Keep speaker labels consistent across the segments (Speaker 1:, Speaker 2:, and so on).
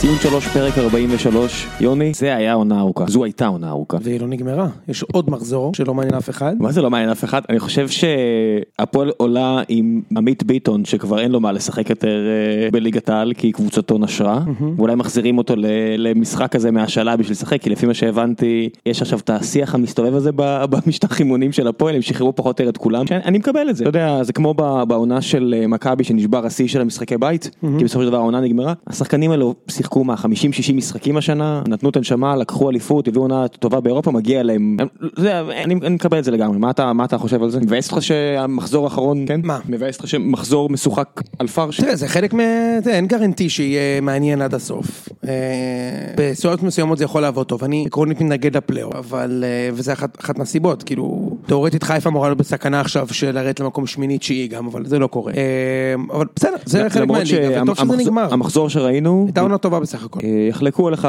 Speaker 1: ציון 3 פרק 43, יוני, זה היה עונה ארוכה, זו הייתה עונה ארוכה.
Speaker 2: והיא לא נגמרה, יש עוד מחזור שלא מעניין אף אחד.
Speaker 1: מה זה לא מעניין אף אחד? אני חושב שהפועל עולה עם עמית ביטון שכבר אין לו מה לשחק יותר אה, בליגת העל כי קבוצתו נשרה, ואולי מחזירים אותו ל- למשחק הזה מהשאלה בשביל לשחק, כי לפי מה שהבנתי, יש עכשיו את השיח המסתובב הזה ב- במשטח אימונים של הפועל, הם שחררו פחות או יותר את כולם,
Speaker 2: כן,
Speaker 1: שאני אני מקבל את זה, אוקיי? אתה יודע, זה כמו ב- בעונה של אה, מכבי שנשבר השיא של המשחקי בית, כי בסופו של דבר העונה נגמרה, השחקנים האלו שיחקו מה 50-60 משחקים השנה, נתנו את הנשמה, לקחו אליפות, הביאו עונה טובה באירופה, מגיע להם, הם- זה, אני, אני מקבל את זה לגמרי, מה אתה, מה אתה חושב על זה? מבאס אותך שהמחזור האחרון, כן?
Speaker 2: מה?
Speaker 1: מבאס אותך שמחזור משוחק על פרש?
Speaker 2: תראה, זה חלק מ... תראה, אין גרנטי שיהיה מעניין עד הסוף. אה, בסיעות מסוימות זה יכול לעבוד טוב. אני עקרונית מתנגד לפלייאוף, אבל... אה, וזה אחת אחת מהסיבות, כאילו... תאורטית חיפה אמורה להיות בסכנה עכשיו של לרדת למקום שמינית תשיעי גם, אבל זה לא קורה. אה, אבל בסדר, זה חלק
Speaker 1: למרות
Speaker 2: מהליגה, וטוב שזה
Speaker 1: שהמחזור-
Speaker 2: נגמר.
Speaker 1: המחזור שראינו,
Speaker 2: הייתה עונה טובה בסך הכל.
Speaker 1: אה, יחלקו עליך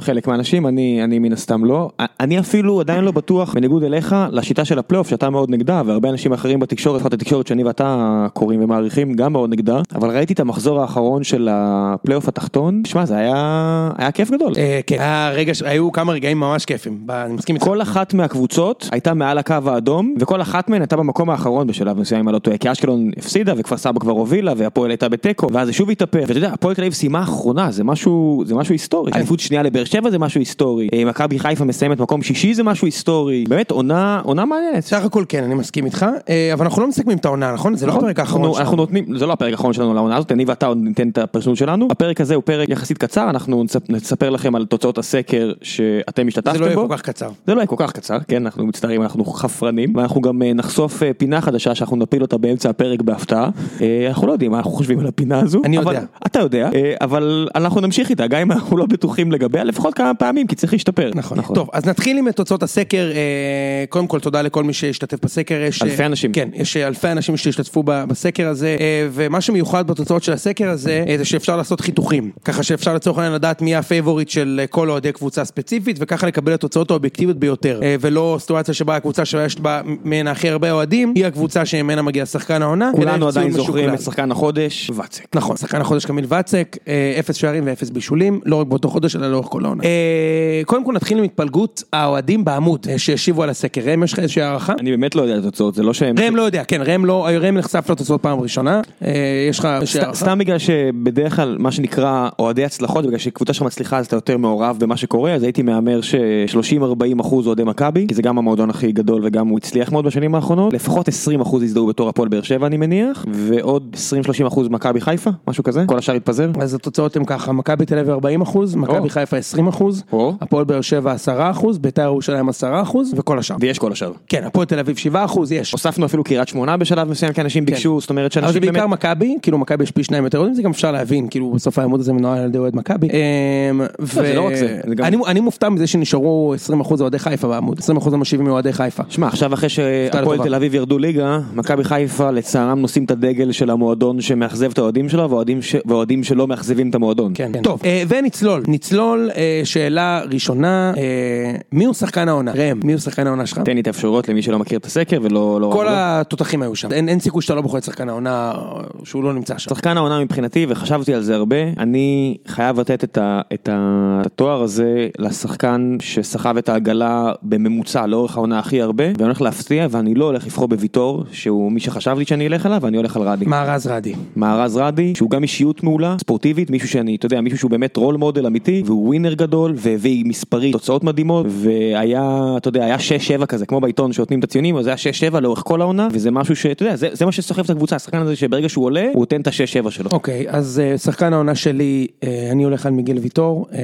Speaker 1: חלק מהאנשים, אני, אני מן הסתם לא. א- אני אפילו עדיין לא בטוח, בניגוד אליך, לשיטה של הפלייאוף שאתה מאוד נגדה, והרבה אנשים אחרים בתקשורת, לפחות התקשורת שאני ואתה קוראים ומעריכים, גם מאוד נגדה, אבל ראיתי את המחזור האחרון של הפלייאוף התחתון, שמע זה היה, היה כיף גדול.
Speaker 2: אה, כן, היה רגע ש- היו כמה רגעים ממש כיפים, ב- אני מסכים איתך.
Speaker 1: כל אחת מהקבוצות הייתה מעל הקו האדום וכל אחת מהן הייתה במקום האחרון בשלב מסוים אם אני לא טועה כי אשקלון הפסידה וכפר סבא כבר הובילה והפועל הייתה בתיקו ואז זה שוב התהפך ואתה יודע הפועל תל אביב סיימה אחרונה זה משהו זה משהו היסטורי
Speaker 2: כן.
Speaker 1: אליפות שנייה לבאר שבע זה משהו היסטורי אה, מכבי חיפה מסיימת מקום שישי זה משהו היסטורי באמת עונה עונה מעניינת.
Speaker 2: סך הכל כן, אני מסכים איתך, אה, אבל אנחנו לא מסכמים את העונה, נכון? זה לא הפרק האחרון
Speaker 1: אנחנו,
Speaker 2: שלנו.
Speaker 1: אנחנו נותנים, זה לא הפרק האחרון שלנו לעונה הזאת, אני ואתה עוד ניתן את הפרשנות שלנו. הפרק הזה הוא פרק יחסית קצר, אנחנו נצפ- נספר לכם על תוצאות הסקר שאתם השתתפתם בו.
Speaker 2: זה לא יהיה כל כך קצר.
Speaker 1: זה לא היה כל כך קצר, כן, אנחנו מצטערים, אנחנו חפרנים, ואנחנו גם אה, נחשוף אה, פינה חדשה שאנחנו נפיל אותה באמצע הפרק בהפתעה. אה, אנחנו לא יודעים מה אנחנו חושבים על הפינה הזו.
Speaker 2: אני
Speaker 1: אבל-
Speaker 2: יודע.
Speaker 1: אתה יודע, אה, אבל אנחנו נמשיך איתה, גם אם אנחנו לא בטוחים לגביה, לפחות כמה פעמים, כי צריך להשתפר.
Speaker 2: נכון. טוב, אז נתחיל עם תוצאות הסקר. אה, קודם כל, תודה לכל מי שהשתתף בסקר. יש,
Speaker 1: אלפי
Speaker 2: אה,
Speaker 1: אנשים.
Speaker 2: כן, יש אה, אלפי אנשים שהשתתפו ב- בסקר הזה, אה, ומה שמיוחד בתוצאות של הסקר הזה, אה, זה שאפשר לעשות חיתוכים. ככה שאפשר לצורך העניין לדעת מי הפייבוריט של אה, כל אוהדי קבוצה ספציפית, וככה לקבל את התוצאות האובייקטיביות ביותר. אה, ולא סיטואציה שבה הקבוצה שיש בה ממנה הכי הרבה אוהדים, היא הקבוצה שממנה מגיע שחקן העונה. אלא
Speaker 1: כולנו
Speaker 2: יש
Speaker 1: עדיין
Speaker 2: ציון
Speaker 1: זוכרים
Speaker 2: משוקלל.
Speaker 1: את שחקן החודש, ואצק.
Speaker 2: נכון, שחקן החודש קמיל ואצק, אה, אפס שערים ואפס בישולים, לא רק באותו חודש אלא לאורך כל העונה. אה, קודם כל נתחיל עם התפלגות האוהדים בעמוד אה, שהשיבו על הסקר. ראם, יש לך איזושהי הערכה?
Speaker 1: אני באמת לא יודע את התוצאות, זה לא שהם...
Speaker 2: ראם לא יודע, כן, ראם לא, ראם נחשף לתוצאות פעם ראשונה, אה, יש לך איזושהי
Speaker 1: סת-
Speaker 2: הערכה?
Speaker 1: סתם בגלל שבדרך כלל מה שנקרא אוהדי הצלחות בגלל שקבוצה שמצליחה אז אתה יותר מעורב במה שקורה אז הייתי מהמר ש-30-40 אחוז אוהדי מכבי כי זה גם המועדון הכי גדול וגם הוא הצליח מאוד בשנים האחרונות לפחות 20 אחוז הזדהו בתור הפועל באר שבע אני מניח ועוד 20-30 אחוז מכבי חיפה משהו כזה כל השאר התפזר.
Speaker 2: אז התוצאות הן ככה, מכבי תל אביב 40 אחוז, מכבי חיפה 20 אחוז,
Speaker 1: או.
Speaker 2: הפועל באר שבע 10 אחוז, ביתר ירושלים 10 אחוז, וכל השאר.
Speaker 1: ויש כל השאר.
Speaker 2: כן, הפועל תל אביב 7 אחוז, יש.
Speaker 1: הוספנו אפילו קריית שמונה בשלב מסוים כי אנשים ביקשו זאת אומרת
Speaker 2: כן. אבל זה
Speaker 1: שאנשים באמת
Speaker 2: בעיקר מכבי, כאילו מכבי יש פי שניים יותר אוהדים, זה גם אפשר להבין, כאילו בסוף העמוד הזה מנוהל על ידי אוהד מכבי. אמ, ו-
Speaker 1: זה לא רק זה, זה גם-
Speaker 2: אני- אני מופתע מזה שנשארו 20% אוהדי חיפה בעמוד, 20% המשיבים מאוהדי חיפה.
Speaker 1: שמע, עכשיו אחרי שהפועל
Speaker 2: לטובה.
Speaker 1: תל אביב ירדו ליגה, מכבי חיפה לצערם נושאים את הדגל של המועדון שמאכזב את האוהדים שלו, והאוהדים ש- והאוהדים שלא מאכזבים את המועדון.
Speaker 2: כן. טוב, אה, ונצלול, נצלול, אה, שאלה ראשונה, אה, מי הוא שחקן העונה? ראם, מי הוא שחקן העונה שלך?
Speaker 1: תן לי את האפשרויות למי שלא מכיר את הסקר ולא... לא
Speaker 2: כל
Speaker 1: לא.
Speaker 2: התותחים היו שם, אין אין סיכוי שאתה לא בוחר את שחקן העונה אה, שהוא לא נמצא שם.
Speaker 1: שחקן העונה מבחינתי, וחשבתי על זה הרבה, אני חייב לתת את, ה, את, ה, את התואר הזה לשחקן שסחב את העגלה בממוצע לאורך העונה הכי הרבה, ואני הולך להפתיע, ואני לא הולך לבחור בוויטור, שהוא מי שחשבתי שאני אלך עליו, ואני הולך על רדי.
Speaker 2: מארז רדי.
Speaker 1: מארז רדי, שהוא גם אישיות מעולה, ספורטיבית, מישהו שאני, אתה יודע, מישהו שהוא באמת רול מודל אמיתי, והוא ווינר גדול, והביא מספרי תוצאות מדהימות, והיה, אתה יודע, היה 6-7 כזה, כמו בעיתון שנותנים את הציונים, אז זה היה 6-7 לאורך כל העונה, וזה משהו שאתה יודע, זה, זה מה שסוחב את הקבוצה, השחקן הזה שברגע שהוא עולה, הוא נותן את ה-6-7 שלו.
Speaker 2: אוקיי, אז אה, שחקן העונה שלי, אה, אני הולך על מיגל ויטור. אה,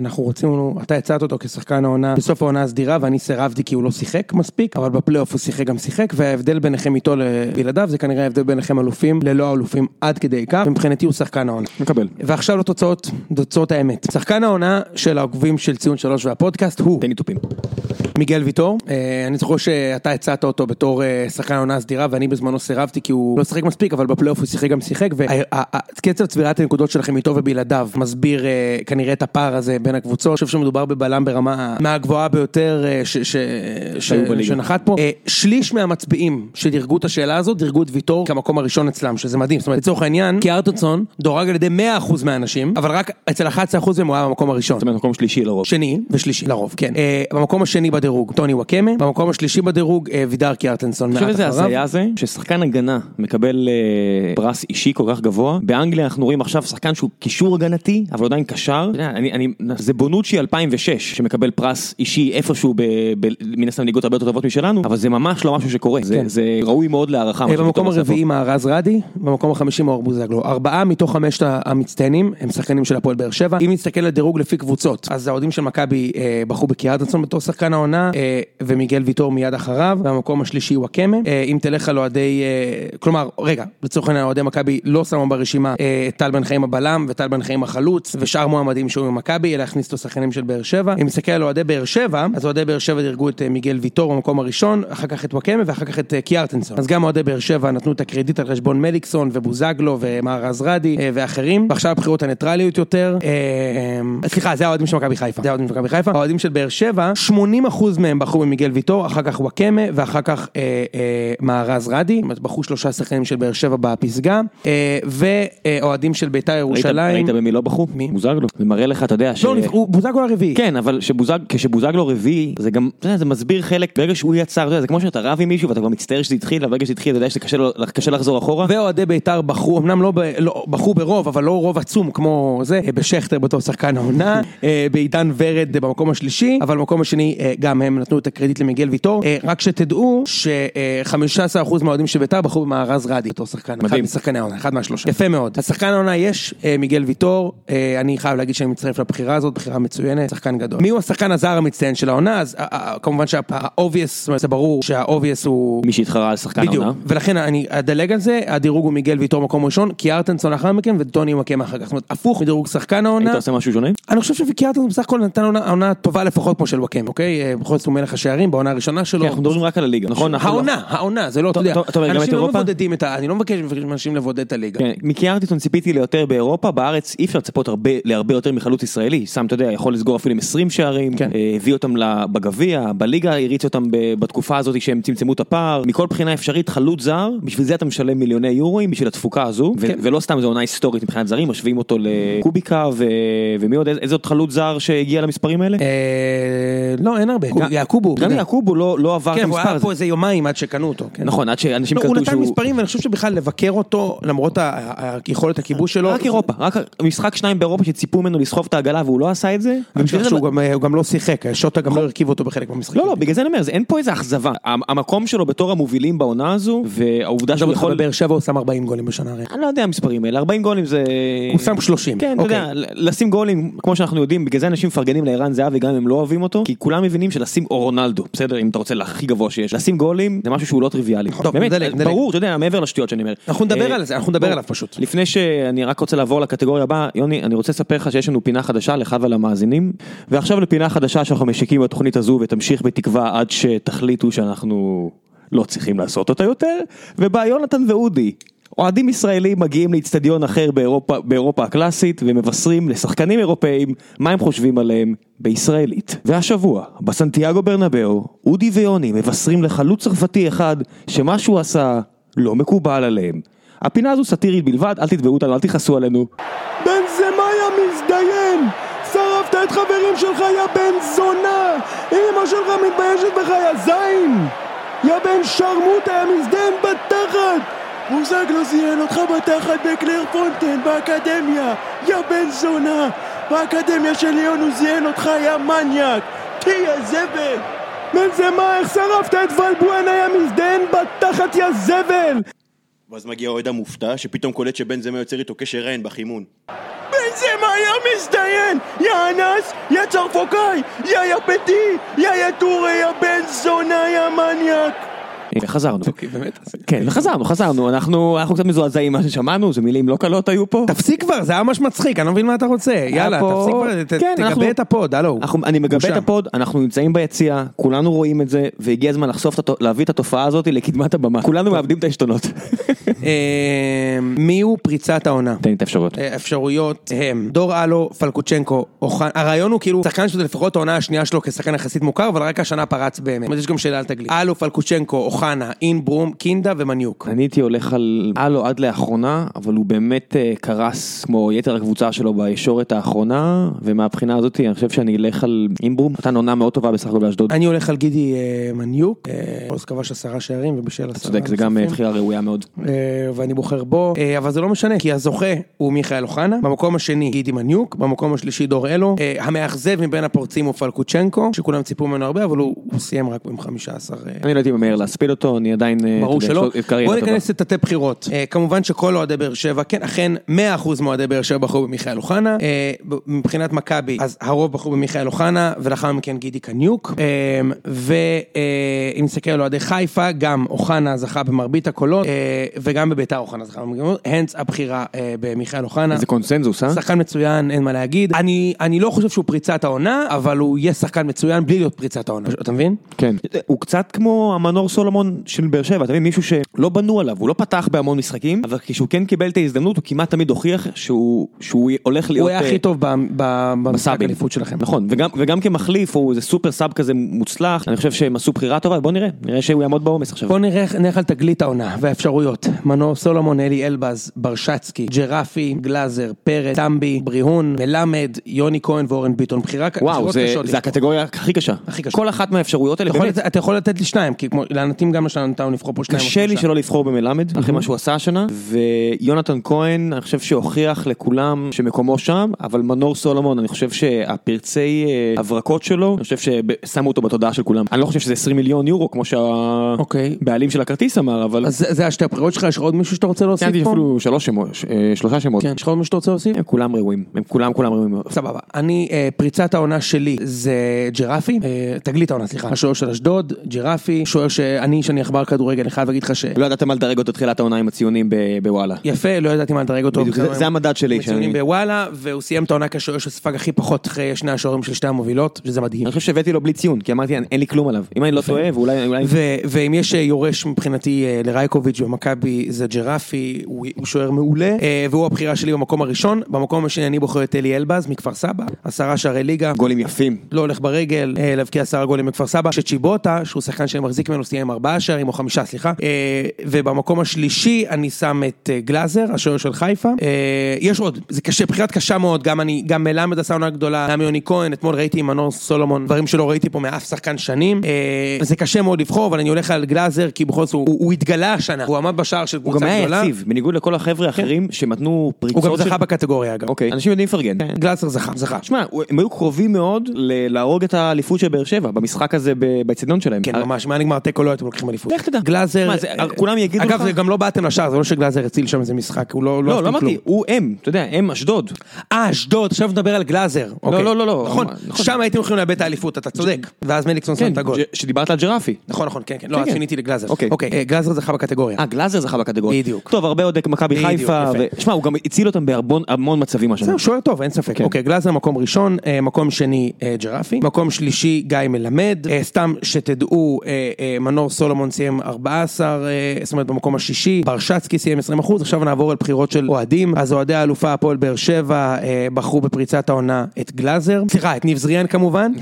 Speaker 2: אנחנו רוצים, אתה הצעת אותו כשחקן העונה בסוף העונה הסדירה, ואני סירבתי כי הוא לא שיחק מספיק, אבל בפלייאוף הוא שיחק גם שיחק, וההבדל ביניכם איתו לבלעדיו זה כנראה ההבדל ביניכם אלופים ללא אלופים עד כדי כך, ומבחינתי הוא שחקן העונה.
Speaker 1: מקבל.
Speaker 2: ועכשיו לתוצאות, תוצאות האמת. שחקן העונה של העוקבים של ציון שלוש והפודקאסט הוא
Speaker 1: תן לי תופים.
Speaker 2: מיגל ויטור. אה, אני זוכר שאתה הצעת אותו בתור אה, שחקן עונה סדירה, ואני בזמנו סירבתי כי הוא לא שיחק מספיק, אבל בפלייאוף הוא שיחק גם שיחק, וקצב אה, צבירת הנקודות שלכם איתו ובלעדיו מסביר אה, כנראה את הפער הזה בין הקבוצות. אני חושב שמדובר בבלם ברמה מהגבוהה ביותר אה, ש- ש- ש-
Speaker 1: שהיו בליגה.
Speaker 2: שנחת פה. אה, שליש מהמצביעים שדירגו את השאלה הזאת, דירגו את ויטור כמקום הראשון אצלם, שזה מדהים. זאת אומרת, לצורך העניין, קיארטרסון דורג על ידי 100% מהאנשים, אבל רק אצל 11% מהם הוא היה במקום הראשון.
Speaker 1: זאת אומרת, מקום שלישי לרוב.
Speaker 2: שני ושלישי, לרוב, כן. אה, במקום השני בדירוג, טוני וואקמה, במקום השלישי בדירוג, אה, וידר קיארטנסון
Speaker 1: אני
Speaker 2: מעט
Speaker 1: חושב איזה
Speaker 2: אחריו.
Speaker 1: הזיה זה, ששחקן הגנה מקבל אה, פרס אישי כל כך גבוה, באנגליה אנחנו רואים עכשיו שחקן שהוא קישור הגנתי, אבל עדיין קשר, אתה יודע, אני, אני, זה בונוצ'י 2006 שמקבל פרס אישי איפשהו, ב, ב, מן הסתם ליגות הרבה יותר טובות משלנו, אבל זה ממש לא משהו שקורה, זה,
Speaker 2: כן.
Speaker 1: זה ראוי מאוד להערכה. מה
Speaker 2: אה,
Speaker 1: שפתאום
Speaker 2: במקום
Speaker 1: עושה פה.
Speaker 2: הרביעי מארז רדי, במקום החמישי מאור בוזגלו. ארבעה מתוך חמשת המצטיינים הם שחקנים של הפועל באר שבע. אם נסתכל על דירוג לפי קבוצות, אז האוהדים של מכבי אה, בחרו בקיארטנסון בתור שחקן העונה, אה, ומיגל ויטור מיד אחריו, והמקום השלישי וואקמה. אה, אם תלך על אוהדי, אה, כלומר, רגע, לצורך העניין אוהדי מכבי לא שמו ברשימה אה, את טל בן חיים הבלם וטל בן חיים החלוץ, ושאר מועמדים שהיו ממכבי, אלא הכניסו את השחקנים של באר שבע. אם נסתכל על אוהדי באר שבע, אז אוהדי באר שבע דירגו את אה, מיגל ויטור במקום הראשון, אחר כך את וואקמה ואחר כך את אה, קיארטנסון. אז גם אוהדי באר שבע נתנו את הקרדיט על חשבון מליקסון ובוזגלו ומהרז רדי אה, ואחרים. ועכשיו הבחירות הניטרליות יותר. אה, אה, סליחה, זה האוהדים של מכבי חיפה. זה האוהדים של מכבי חיפה. האוהדים של באר שבע, 80% מהם בחרו במיגל ויטור, אחר כך וואקמה ואחר כך אה, אה, מהרז רדי. זאת אומרת, בחרו שלושה שחקנים של באר שבע בפסגה. אה, ואוהדים של ביתר
Speaker 1: ראית-
Speaker 2: ירושלים.
Speaker 1: ראית במי לא בחרו?
Speaker 2: מי?
Speaker 1: בוזגלו. זה מראה לך, אתה יודע, ש...
Speaker 2: לא, נבחרו- בוזגלו הרביעי.
Speaker 1: כן, אבל שבוזג, כשבוזגלו רביעי, זה גם, אתה יודע, זה מסביר חלק, ברגע שהוא יצר, אתה יודע, זה כמו שאתה רב עם מישהו ואתה כבר מצטער שזה התחיל, אבל ברגע שזה התחיל, אתה יודע שזה קשה לו- קשה לחזור אחורה.
Speaker 2: ואוהדי בית"ר בחרו, אמנם לא, ב, לא בחרו ברוב, אבל לא רוב עצום כמו זה, אה, בשכטר בתור שחקן העונה, אה, בעידן ורד אה, במקום השלישי, אבל במקום השני אה, גם הם נתנו את הקרדיט למיגל ויטור, אה, רק שתדעו ש-15% מהאוהדים של בית"ר בחרו במארז רדי בתור שחקן, אחד
Speaker 1: מדהים.
Speaker 2: משחקני העונה, אחד מהשלושה. יפה מאוד. השחקן העונה יש אה, מיגל ויטור, אה, אני חייב להגיד שאני מצטרף לבחירה הזאת, בחירה מצוינת, שחקן גדול. מי הוא השחקן הזר המצטיין של העונה? אז אה, אה, כמובן שה-obvious, זה ברור שה-obvious הוא...
Speaker 1: מי שהתחרה על שחקן העונה.
Speaker 2: בדיוק, ולכן אני אדלג על זה, הדירוג הוא מיגל ויטור מקום ראשון, קיארטנסון לאחר מכן וטוני מקם אחר כך. זאת אומרת, הפוך מדירוג שחקן העונה.
Speaker 1: היית עושה משהו שונה?
Speaker 2: אני חושב שקיארטנסון בסך הכל נתן עונה- עונה טובה לפחות כמו של וואקם, אוקיי? אה, בכל זאת הוא מלך השערים בעונה הראשונה שלו.
Speaker 1: כן, אנחנו מדברים רק על הליגה, נכון? אנחנו לא-
Speaker 2: לא. העונה, העונה, זה לא, אתה
Speaker 1: טוב,
Speaker 2: יודע,
Speaker 1: טוב, טוב, גם את
Speaker 2: אנשים לא
Speaker 1: אירופה?
Speaker 2: מבודדים את ה... אני לא מבקש מבקש מאנשים לבודד את הליגה.
Speaker 1: כן, מקיארטיטון ציפיתי ליותר באירופה, בארץ אי אפשר לצפות הרבה- להרבה יותר מחלוץ ישראלי, שם, אתה יודע, יכול לסגור אפילו עם 20 שערים,
Speaker 2: כן.
Speaker 1: אה, הביא אותם ל- בגביע, בליגה הריץ אותם ב- בתקופה הזאת שהם צמצמו את הפער, מכל בחינה אפשרית חלוץ זר, בשביל זה אתה משלם מיליוני יורואים, בשביל התפוקה הזו, ו-
Speaker 2: כן.
Speaker 1: ולא סתם זו עונה היסטורית מבחינת זרים, משווים אותו לקוביקה ו- ומי עוד, איזה איזה עוד חלוץ זר שהגיע למספרים האלה?
Speaker 2: אה, לא, אין הרבה.
Speaker 1: גם-
Speaker 2: יעקובו.
Speaker 1: גם
Speaker 2: אתה יודע.
Speaker 1: יעקובו לא לא עבר את
Speaker 2: כן, הוא
Speaker 1: המספר
Speaker 2: היה
Speaker 1: הזה.
Speaker 2: פה איזה יומיים עד שקנו אותו. כן.
Speaker 1: נכון, עד שאנשים
Speaker 2: לא, הוא
Speaker 1: קלטו
Speaker 2: נתן
Speaker 1: שהוא...
Speaker 2: מספרים, ואני חושב שבכלל לבקר אותו, למרות ה- ה- ה- יכולת הכיבוש שלו,
Speaker 1: רק אירופה, רק משחק שניים באירופה שציפו ממנו לסחוב את העגלה והוא לא עשה את זה.
Speaker 2: אני
Speaker 1: ובגלל
Speaker 2: חושב
Speaker 1: זה
Speaker 2: שהוא גם, הוא גם לא שיחק, שוטה גם לא הרכיב אותו בחלק מהמשחקים.
Speaker 1: נכון. לא, לא, בגלל זה אני אומר, זה- אין פה איזה אכזבה. המ- המקום שלו בתור המובילים בעונה הזו, והעובדה שהוא
Speaker 2: עכשיו יכול...
Speaker 1: יכול...
Speaker 2: בבאר שבע הוא שם 40 גולים בשנה הרי.
Speaker 1: אני לא יודע המספרים האלה, 40 גולים זה...
Speaker 2: הוא שם 30.
Speaker 1: כן, אתה
Speaker 2: אוקיי.
Speaker 1: יודע, ל- לשים גולים, כמו שאנחנו יודעים, בגלל זה אנשים מפרגנים לערן זהבי גם אם הם לא אוהבים אותו, כי כולם מבינים שלשים, או רונלדו, בסדר, אם אתה רוצה להכי גבוה שיש, לשים גולים זה משהו שהוא לא טריוויאלי.
Speaker 2: טוב,
Speaker 1: באמת,
Speaker 2: נדלג, נדלג.
Speaker 1: ברור, אתה יודע, מעבר לשטויות שאני אומר.
Speaker 2: נכון, אנחנו נדבר
Speaker 1: אה,
Speaker 2: על זה, אנחנו נדבר
Speaker 1: בוא,
Speaker 2: עליו פשוט.
Speaker 1: לפני שאני רק רוצה לעבור לקטגוריה הבאה, יוני, אני רוצה לספר לך שיש לנו פינה חדשה לך ולמאזינים, ועכשיו לפינה חדשה שאנחנו משיקים בתוכנית הזו ותמשיך בתקווה עד שתחליטו שאנחנו לא צריכים לעשות אותה יותר, ובה יונתן ואודי. אוהדים ישראלים מגיעים לאיצטדיון אחר באירופה, באירופה הקלאסית ומבשרים לשחקנים אירופאים מה הם חושבים עליהם בישראלית. והשבוע, בסנטיאגו ברנבאו, אודי ויוני מבשרים לחלוץ צרפתי אחד שמה שהוא עשה לא מקובל עליהם. הפינה הזו סאטירית בלבד, אל תתבעו אותנו, אל תכעסו עלינו. בן זמאיה מזדיין! שרפת את חברים שלך, יא בן זונה! אמא שלך מתביישת בך, יא זין! יא בן שרמוטה, יא מזדיין בתחת! בוזגלו זיין אותך בתחת בקלר פונטן, באקדמיה! יא בן זונה! באקדמיה של ליאון הוא זיין אותך, יא מניאק! תהיה זבל! בן זמאיה, איך שרפת את ולבואנה, יא מזדיין בתחת, יא זבל!
Speaker 3: ואז מגיע האוהד המופתע, שפתאום קולט שבן זמה יוצר איתו קשר עין בחימון.
Speaker 1: בנזמה יא מזדיין! יא אנס! יא צרפוקאי! יא יא ביתי! יא יא טורי! יא בן זונה! יא מניאק! וחזרנו.
Speaker 2: אוקיי, באמת?
Speaker 1: כן, וחזרנו, חזרנו, אנחנו אנחנו קצת מזועזעים ממה ששמענו, זה מילים לא קלות היו פה.
Speaker 2: תפסיק כבר, זה היה ממש מצחיק, אני לא מבין מה אתה רוצה. יאללה,
Speaker 1: פה-
Speaker 2: תפסיק כבר, ת-
Speaker 1: כן, אנחנו-
Speaker 2: תגבה את הפוד, הלו.
Speaker 1: אנחנו, אני מגבה
Speaker 2: בושה.
Speaker 1: את הפוד, אנחנו נמצאים ביציע, כולנו רואים את זה, והגיע הזמן לחשוף, את התו- להביא את התופעה הזאת לקדמת הבמה. כולנו מאבדים את העשתונות.
Speaker 2: אה, מי הוא פריצת העונה?
Speaker 1: תן לי את האפשרויות.
Speaker 2: אה, אפשרויות הם דור אלו, פלקוצ'נקו, אוחנה. הרעיון הוא כאילו, שחקן שזה לפחות העונה השנייה שלו כשחקן יחסית מוכר, אבל רק השנה פרץ באמת. זאת אומרת, יש גם שאלה על תגלית. אלו, פלקוצ'נקו, אוחנה, אינברום, קינדה ומניוק.
Speaker 1: אני הייתי הולך על הלו עד לאחרונה, אבל הוא באמת אה, קרס כמו יתר הקבוצה שלו בישורת האחרונה, ומהבחינה הזאת אני חושב שאני אלך על אימברום, נתן עונה מאוד טובה בסך הכל באשדוד.
Speaker 2: אני הולך על גידי אה, מניוק, אה, עוז כבש עשרה שערים ובשל עשרה.
Speaker 1: צודק, זה גם אה,
Speaker 2: נוספים.
Speaker 1: בחירה ראויה מאוד.
Speaker 2: אה, ואני בוחר בו, אה, אבל זה לא משנה, כי הזוכה הוא מיכאל אוחנה, במקום השני גידי מניוק, במקום השלישי דור אלו, אה, המאכזב מבין הפורצים הוא פלקוצ'נקו, שכולם ציפו ממנו הרבה, אבל הוא הוא סיים רק עם 15. אה,
Speaker 1: אני לא הייתי ממהר להספיד אותו, אני עדיין... אה,
Speaker 2: ברור
Speaker 1: אתה יודע,
Speaker 2: שלא.
Speaker 1: יש לו קריירה
Speaker 2: בוא
Speaker 1: טובה.
Speaker 2: ניכנס לתתי בחירות. אה, כמובן שכל אוהדי באר שבע, כן, אכן 100% מאוהדי באר שבע בחרו במיכאל אוחנה. אה, ב- מבחינת מכבי, אז הרוב בחרו במיכאל אוחנה, ולאחר מכן גידי קניוק. אה, ואם נסתכל על אוהדי חיפה, גם אוחנה זכה במרבית הקולות, אה, וגם בביתר אוחנה זכה במרבית הקולות. הנץ הבחירה אה, במיכאל אוחנה.
Speaker 1: זה קונסנזוס, אה?
Speaker 2: שחקן מצוין, אין מה להגיד. אני, אני לא חושב שהוא פריצת העונה, אבל הוא יהיה שחקן מצוין בלי להיות פריצת העונה. אתה מבין?
Speaker 1: כן. הוא קצת כמו המנור סולומון של באר שבע, אתה מבין? מישהו שלא בנו עליו, הוא לא פתח בהמון משחקים, אבל כשהוא כן קיבל את ההזדמנות, הוא כמעט תמיד הוכיח שהוא שהוא הולך להיות...
Speaker 2: הוא היה
Speaker 1: אה,
Speaker 2: הכי טוב ב- ב- במשחק
Speaker 1: בסאבים.
Speaker 2: האליפות שלכם.
Speaker 1: נכון, וגם, וגם כמחליף הוא איזה סופר סאב כזה מוצלח, אני חושב שהם עשו בחירה טובה, בוא נראה, נראה שהוא יעמוד בעומס עכשיו.
Speaker 2: בוא נראה נלך על תגלית העונה והאפשרויות. מנור סולומון, אלי אלבז, ברשצקי, ג'רפי, גלאזר, פרץ, טמבי, בריהון, מלמד, יוני כהן ואורן ביטון. בחירה
Speaker 1: וואו,
Speaker 2: בחירות
Speaker 1: זה,
Speaker 2: קשות.
Speaker 1: זה הקטגוריה הכי קשה.
Speaker 2: הכי קשה.
Speaker 1: כל אחת מהאפשרויות האלה,
Speaker 2: אתה יכול
Speaker 1: באמת,
Speaker 2: לתת- אתה יכול לתת לי שניים, כי כמו לענתים גם לשנה נתנו לבחור פה שניים. או
Speaker 1: קשה לי
Speaker 2: שלושה.
Speaker 1: שלא לבחור במלמד, אחרי מה שהוא עשה השנה, ויונתן כהן, אני חושב שהוכיח לכולם שמקומו שם, אבל מנור סולומון, אני חושב שהפרצי אה, הברקות שלו, אני חושב ששמו אותו בתודעה של כולם. אני לא חושב שזה 20 מיליון יורו, כמו
Speaker 2: אוקיי.
Speaker 1: שהבעלים של הכרטיס אמר, אבל...
Speaker 2: אז זה- זה השתי הבחירות שלך, יש לך עוד מישהו שאתה רוצה להוסיף
Speaker 1: ציינתי כן,
Speaker 2: פה?
Speaker 1: אפילו שלוש שמות, ש- אה, שלושה שמות.
Speaker 2: כן, יש לך עוד מישהו שאתה רוצה להוסיף?
Speaker 1: הם כולם ראויים, הם כולם כולם ראויים.
Speaker 2: סבבה, אני, אה, פריצת העונה שלי זה ג'רפי, אה, תגלית העונה, סליחה, השוער של אשדוד, ג'רפי, שוער שאני, שאני עכבר כדורגל, אני חייב להגיד לך ש...
Speaker 1: לא ידעתם מה לדרג אותו תחילת העונה עם הציונים ב- בוואלה.
Speaker 2: יפה, לא ידעתי מה לדרג אותו.
Speaker 1: בדיוק, זה- זה המדד שלי,
Speaker 2: מצוינים
Speaker 1: שאני-
Speaker 2: בוואלה, והוא סיים את העונה כשוער שספג הכי פחות אחרי שני השוערים של שתי המובילות, שזה מדהים.
Speaker 1: אני חושב שהבאתי לו בלי ציון, כי אמרתי "אין- אין לי כלום עליו. אם אני לא טועה, ואולי... אולי-
Speaker 2: ו- ואם יש אה, יורש מבחינתי אה, לרייקוביץ' במכבי זה ג'רפי, הוא הוא שוער מעולה, אה, והוא הבחירה שלי במקום הראשון. במקום השני אני בוחר את אלי אלבז מכפר סבא, עשרה שערי ליגה.
Speaker 1: גולים יפים.
Speaker 2: לא הולך ברגל, אה, להבקיע עשרה גולים בכפר סבא, שצ'יבוטה, שהוא שחקן שאני מחזיק ממנו, סיים עם ארבעה שערים, או חמישה, סליחה. אה, ובמקום השלישי אני שם את אה, גלאזר, השוער של חיפה. אה, יש עוד, זה קשה, בחירת קשה מאוד, גם אני, גם מלמד עשה עונה גדולה, גם יוני כהן, אתמול ראיתי עם מנור סולומון, דברים שלא ראיתי פה מאף שחקן שנים. אה, זה קשה מאוד לבחור, אבל אני הולך על גלאזר, כי בכל זאת הוא- הוא הוא התגלה השנה, הוא עמד בשער של
Speaker 1: הוא גם
Speaker 2: קבוצה
Speaker 1: היה
Speaker 2: גדולה. כן.
Speaker 1: יציב, בניגוד לכל החבר'ה האחרים שמתנו
Speaker 2: הוא
Speaker 1: פריצות
Speaker 2: גם
Speaker 1: של-
Speaker 2: זכה כן. בקטגוריה אגב.
Speaker 1: אוקיי, אנשים יודעים לפרגן.
Speaker 2: גלאזר זכה, זכה.
Speaker 1: שמע, הוא- הם היו קרובים מאוד ל- להרוג את האליפות של באר שבע, במשחק הזה ב- באצטדיון שלהם. אה,
Speaker 2: כן, ממש, אם היה נגמר תיקו לא הייתם לוקחים אליפות.
Speaker 1: לך תדע.
Speaker 2: גלאזר...
Speaker 1: מה, זה- אה, כולם יגידו לך-
Speaker 2: אה, אגב, זה גם לא באתם לשער, זה לא שגלאזר הציל שם איזה משחק, הוא לא...
Speaker 1: לא, לא
Speaker 2: עשיתם
Speaker 1: אמרתי, הוא הם, אתה יודע, הם אשדוד.
Speaker 2: כלום. אה, אשדוד, עכשיו נדבר על גלאזר. אוקיי.
Speaker 1: לא, לא, לא.
Speaker 2: נכון,
Speaker 1: נכון.
Speaker 2: שם הייתם הולכים לאבד את האליפות, אתה צודק. ואז מליקסון שם
Speaker 1: כן,
Speaker 2: את הגול.
Speaker 1: ש- שדיברת על ג'רפי.
Speaker 2: נכון, נכון, כן, כן.
Speaker 1: כן,
Speaker 2: לא, אז
Speaker 1: כן.
Speaker 2: שיניתי לגלאזר.
Speaker 1: אוקיי.
Speaker 2: אוקיי, אה, גלאזר זכה בקטגוריה.
Speaker 1: אה, גלאזר זכה בקטגוריה.
Speaker 2: בדיוק.
Speaker 1: טוב, הרבה עוד מכבי
Speaker 2: בדיוק,
Speaker 1: חיפה.
Speaker 2: יפה.
Speaker 1: ו- שמע, הוא גם הציל אותם בהמון המון מצבים השנה.
Speaker 2: זהו, שוער טוב, אין ספק.
Speaker 1: כן.
Speaker 2: אוקיי, גלאזר מקום ראשון, אה, מקום שני אה, ג'רפי, מקום שלישי גיא מלמד, אה, סתם שתדעו, אה, אה, מנור סולומון סיים 14, אה, זאת אומרת במקום השישי, ברשצקי סיים 20 אחוז, עכשיו נעבור על בחירות של אוהדים, אז אוהדי האלופה הפועל באר שבע אה, בחרו בפריצת העונה את גלאזר, סליחה, את ניב זריאן כמובן,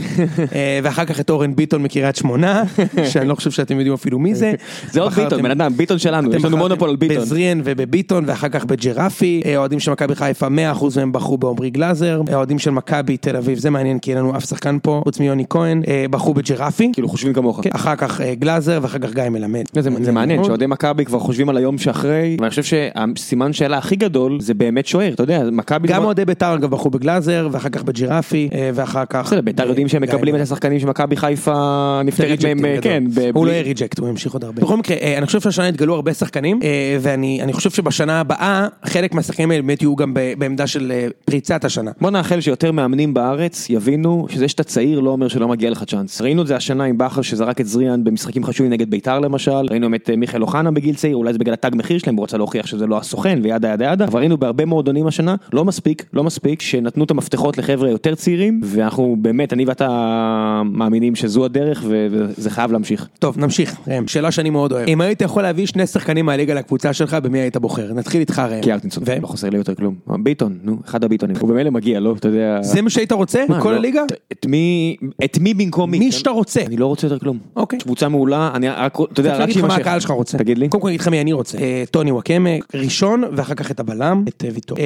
Speaker 2: אה, ואחר כך את אורן ביטון מקריית שמונה, שאני לא חושב שאתם יודעים אפילו מי זה.
Speaker 1: זה עוד
Speaker 2: בחרתם-
Speaker 1: ביטון, בן אדם, ביטון שלנו,
Speaker 2: אתם
Speaker 1: אה, יש לנו
Speaker 2: בחרתם
Speaker 1: מונופול על ביטון.
Speaker 2: בזריאן ובביטון ואחר כך בג'רפי, אה, אוהדים של מכבי חיפה 100% מהם בחרו בעומרי גלאזר, אה, אוהדים של מכבי תל אביב, זה מעניין כי אין לנו אף שחקן פה, חוץ מיוני כהן, אה, בחרו בג'רפי,
Speaker 1: כאילו חושבים כמוך.
Speaker 2: כן, אחר כך אה, גלאזר ואחר כך גיא מלמד.
Speaker 1: אה, זה מעניין
Speaker 2: כן, מאוד.
Speaker 1: שאוהדי מכבי כבר חושבים על היום שאחרי, ואני חושב שהסימן שאלה הכי גדול זה באמת שוער, אתה יודע, מכבי...
Speaker 2: גם אוהדי ביתר אגב בחרו בגלאזר ואחר כך בג'רפי אה, ואחר כך... אה,
Speaker 1: בסדר, בית"ר יודעים שהם
Speaker 2: בגיא
Speaker 1: מקבלים את
Speaker 2: מלמד.
Speaker 1: השחקנים שמכבי חיפה נפטרת
Speaker 2: ריג'קטים
Speaker 1: מהם, אה,
Speaker 2: גדול.
Speaker 1: כן, ב-
Speaker 2: הוא לא
Speaker 1: בלי-
Speaker 2: יהיה ריג'קט, הוא ימשיך עוד הרבה. בכל מקרה, אה, אני חושב שהשנה התגלו הרבה שחקנים, אה, ואני אני חושב שבשנה הבאה, חלק מהשחקנים האלה באמת יהיו גם ב- בעמדה של אה, פריצת השנה.
Speaker 1: בוא נאחל שיותר מאמנים בארץ יבינו שזה שאתה צעיר לא אומר שלא מגיע לך צ'אנס. ראינו את זה השנה עם בכר שזרק את זריאן במשחקים חשובים נגד נגד ביתר למשל, ראינו את אה, מיכאל אוחנה בגיל צעיר, אולי זה בגלל התג מחיר שלהם, הוא רוצה להוכיח שזה לא הסוכן וידה ידה ידה, אבל ראינו בהרבה מועדונים השנה, לא מספיק, לא מספיק, שנתנו את המפתחות לחבר'ה יותר צעירים, ואנחנו באמת, אני ואתה מאמינים שזו הדרך ו- וזה חייב להמשיך.
Speaker 2: טוב, נמשיך, ראם. שאלה שאני מאוד אוהב. כן. אם היית יכול להביא שני שחקנים מהליגה לקבוצה שלך, במי היית בוחר? נתחיל איתך, ראם.
Speaker 1: קיארטנסון,
Speaker 2: כן. ו-
Speaker 1: לא חסר לי יותר כלום. ביטון, נו, אחד הביטונים. הוא במילא מגיע, לא? אתה יודע...
Speaker 2: זה מה שהיית רוצה?
Speaker 1: מה,
Speaker 2: מכל
Speaker 1: לא-
Speaker 2: הליגה?
Speaker 1: את מי, את מי במקום מי?
Speaker 2: מי שאתה רוצה.
Speaker 1: אני לא רוצה יותר כלום.
Speaker 2: אוקיי.
Speaker 1: קבוצה מעולה, אני רק, אתה
Speaker 2: צריך
Speaker 1: יודע, רק
Speaker 2: להגיד לך מה
Speaker 1: שימשך.
Speaker 2: הקהל שלך רוצה.
Speaker 1: תגיד לי.
Speaker 2: קודם כל אני אגיד לך מי אני רוצה. אה, טוני וואקמה, ראשון, ואחר כך את הבלם, את אה, ויטור. אה,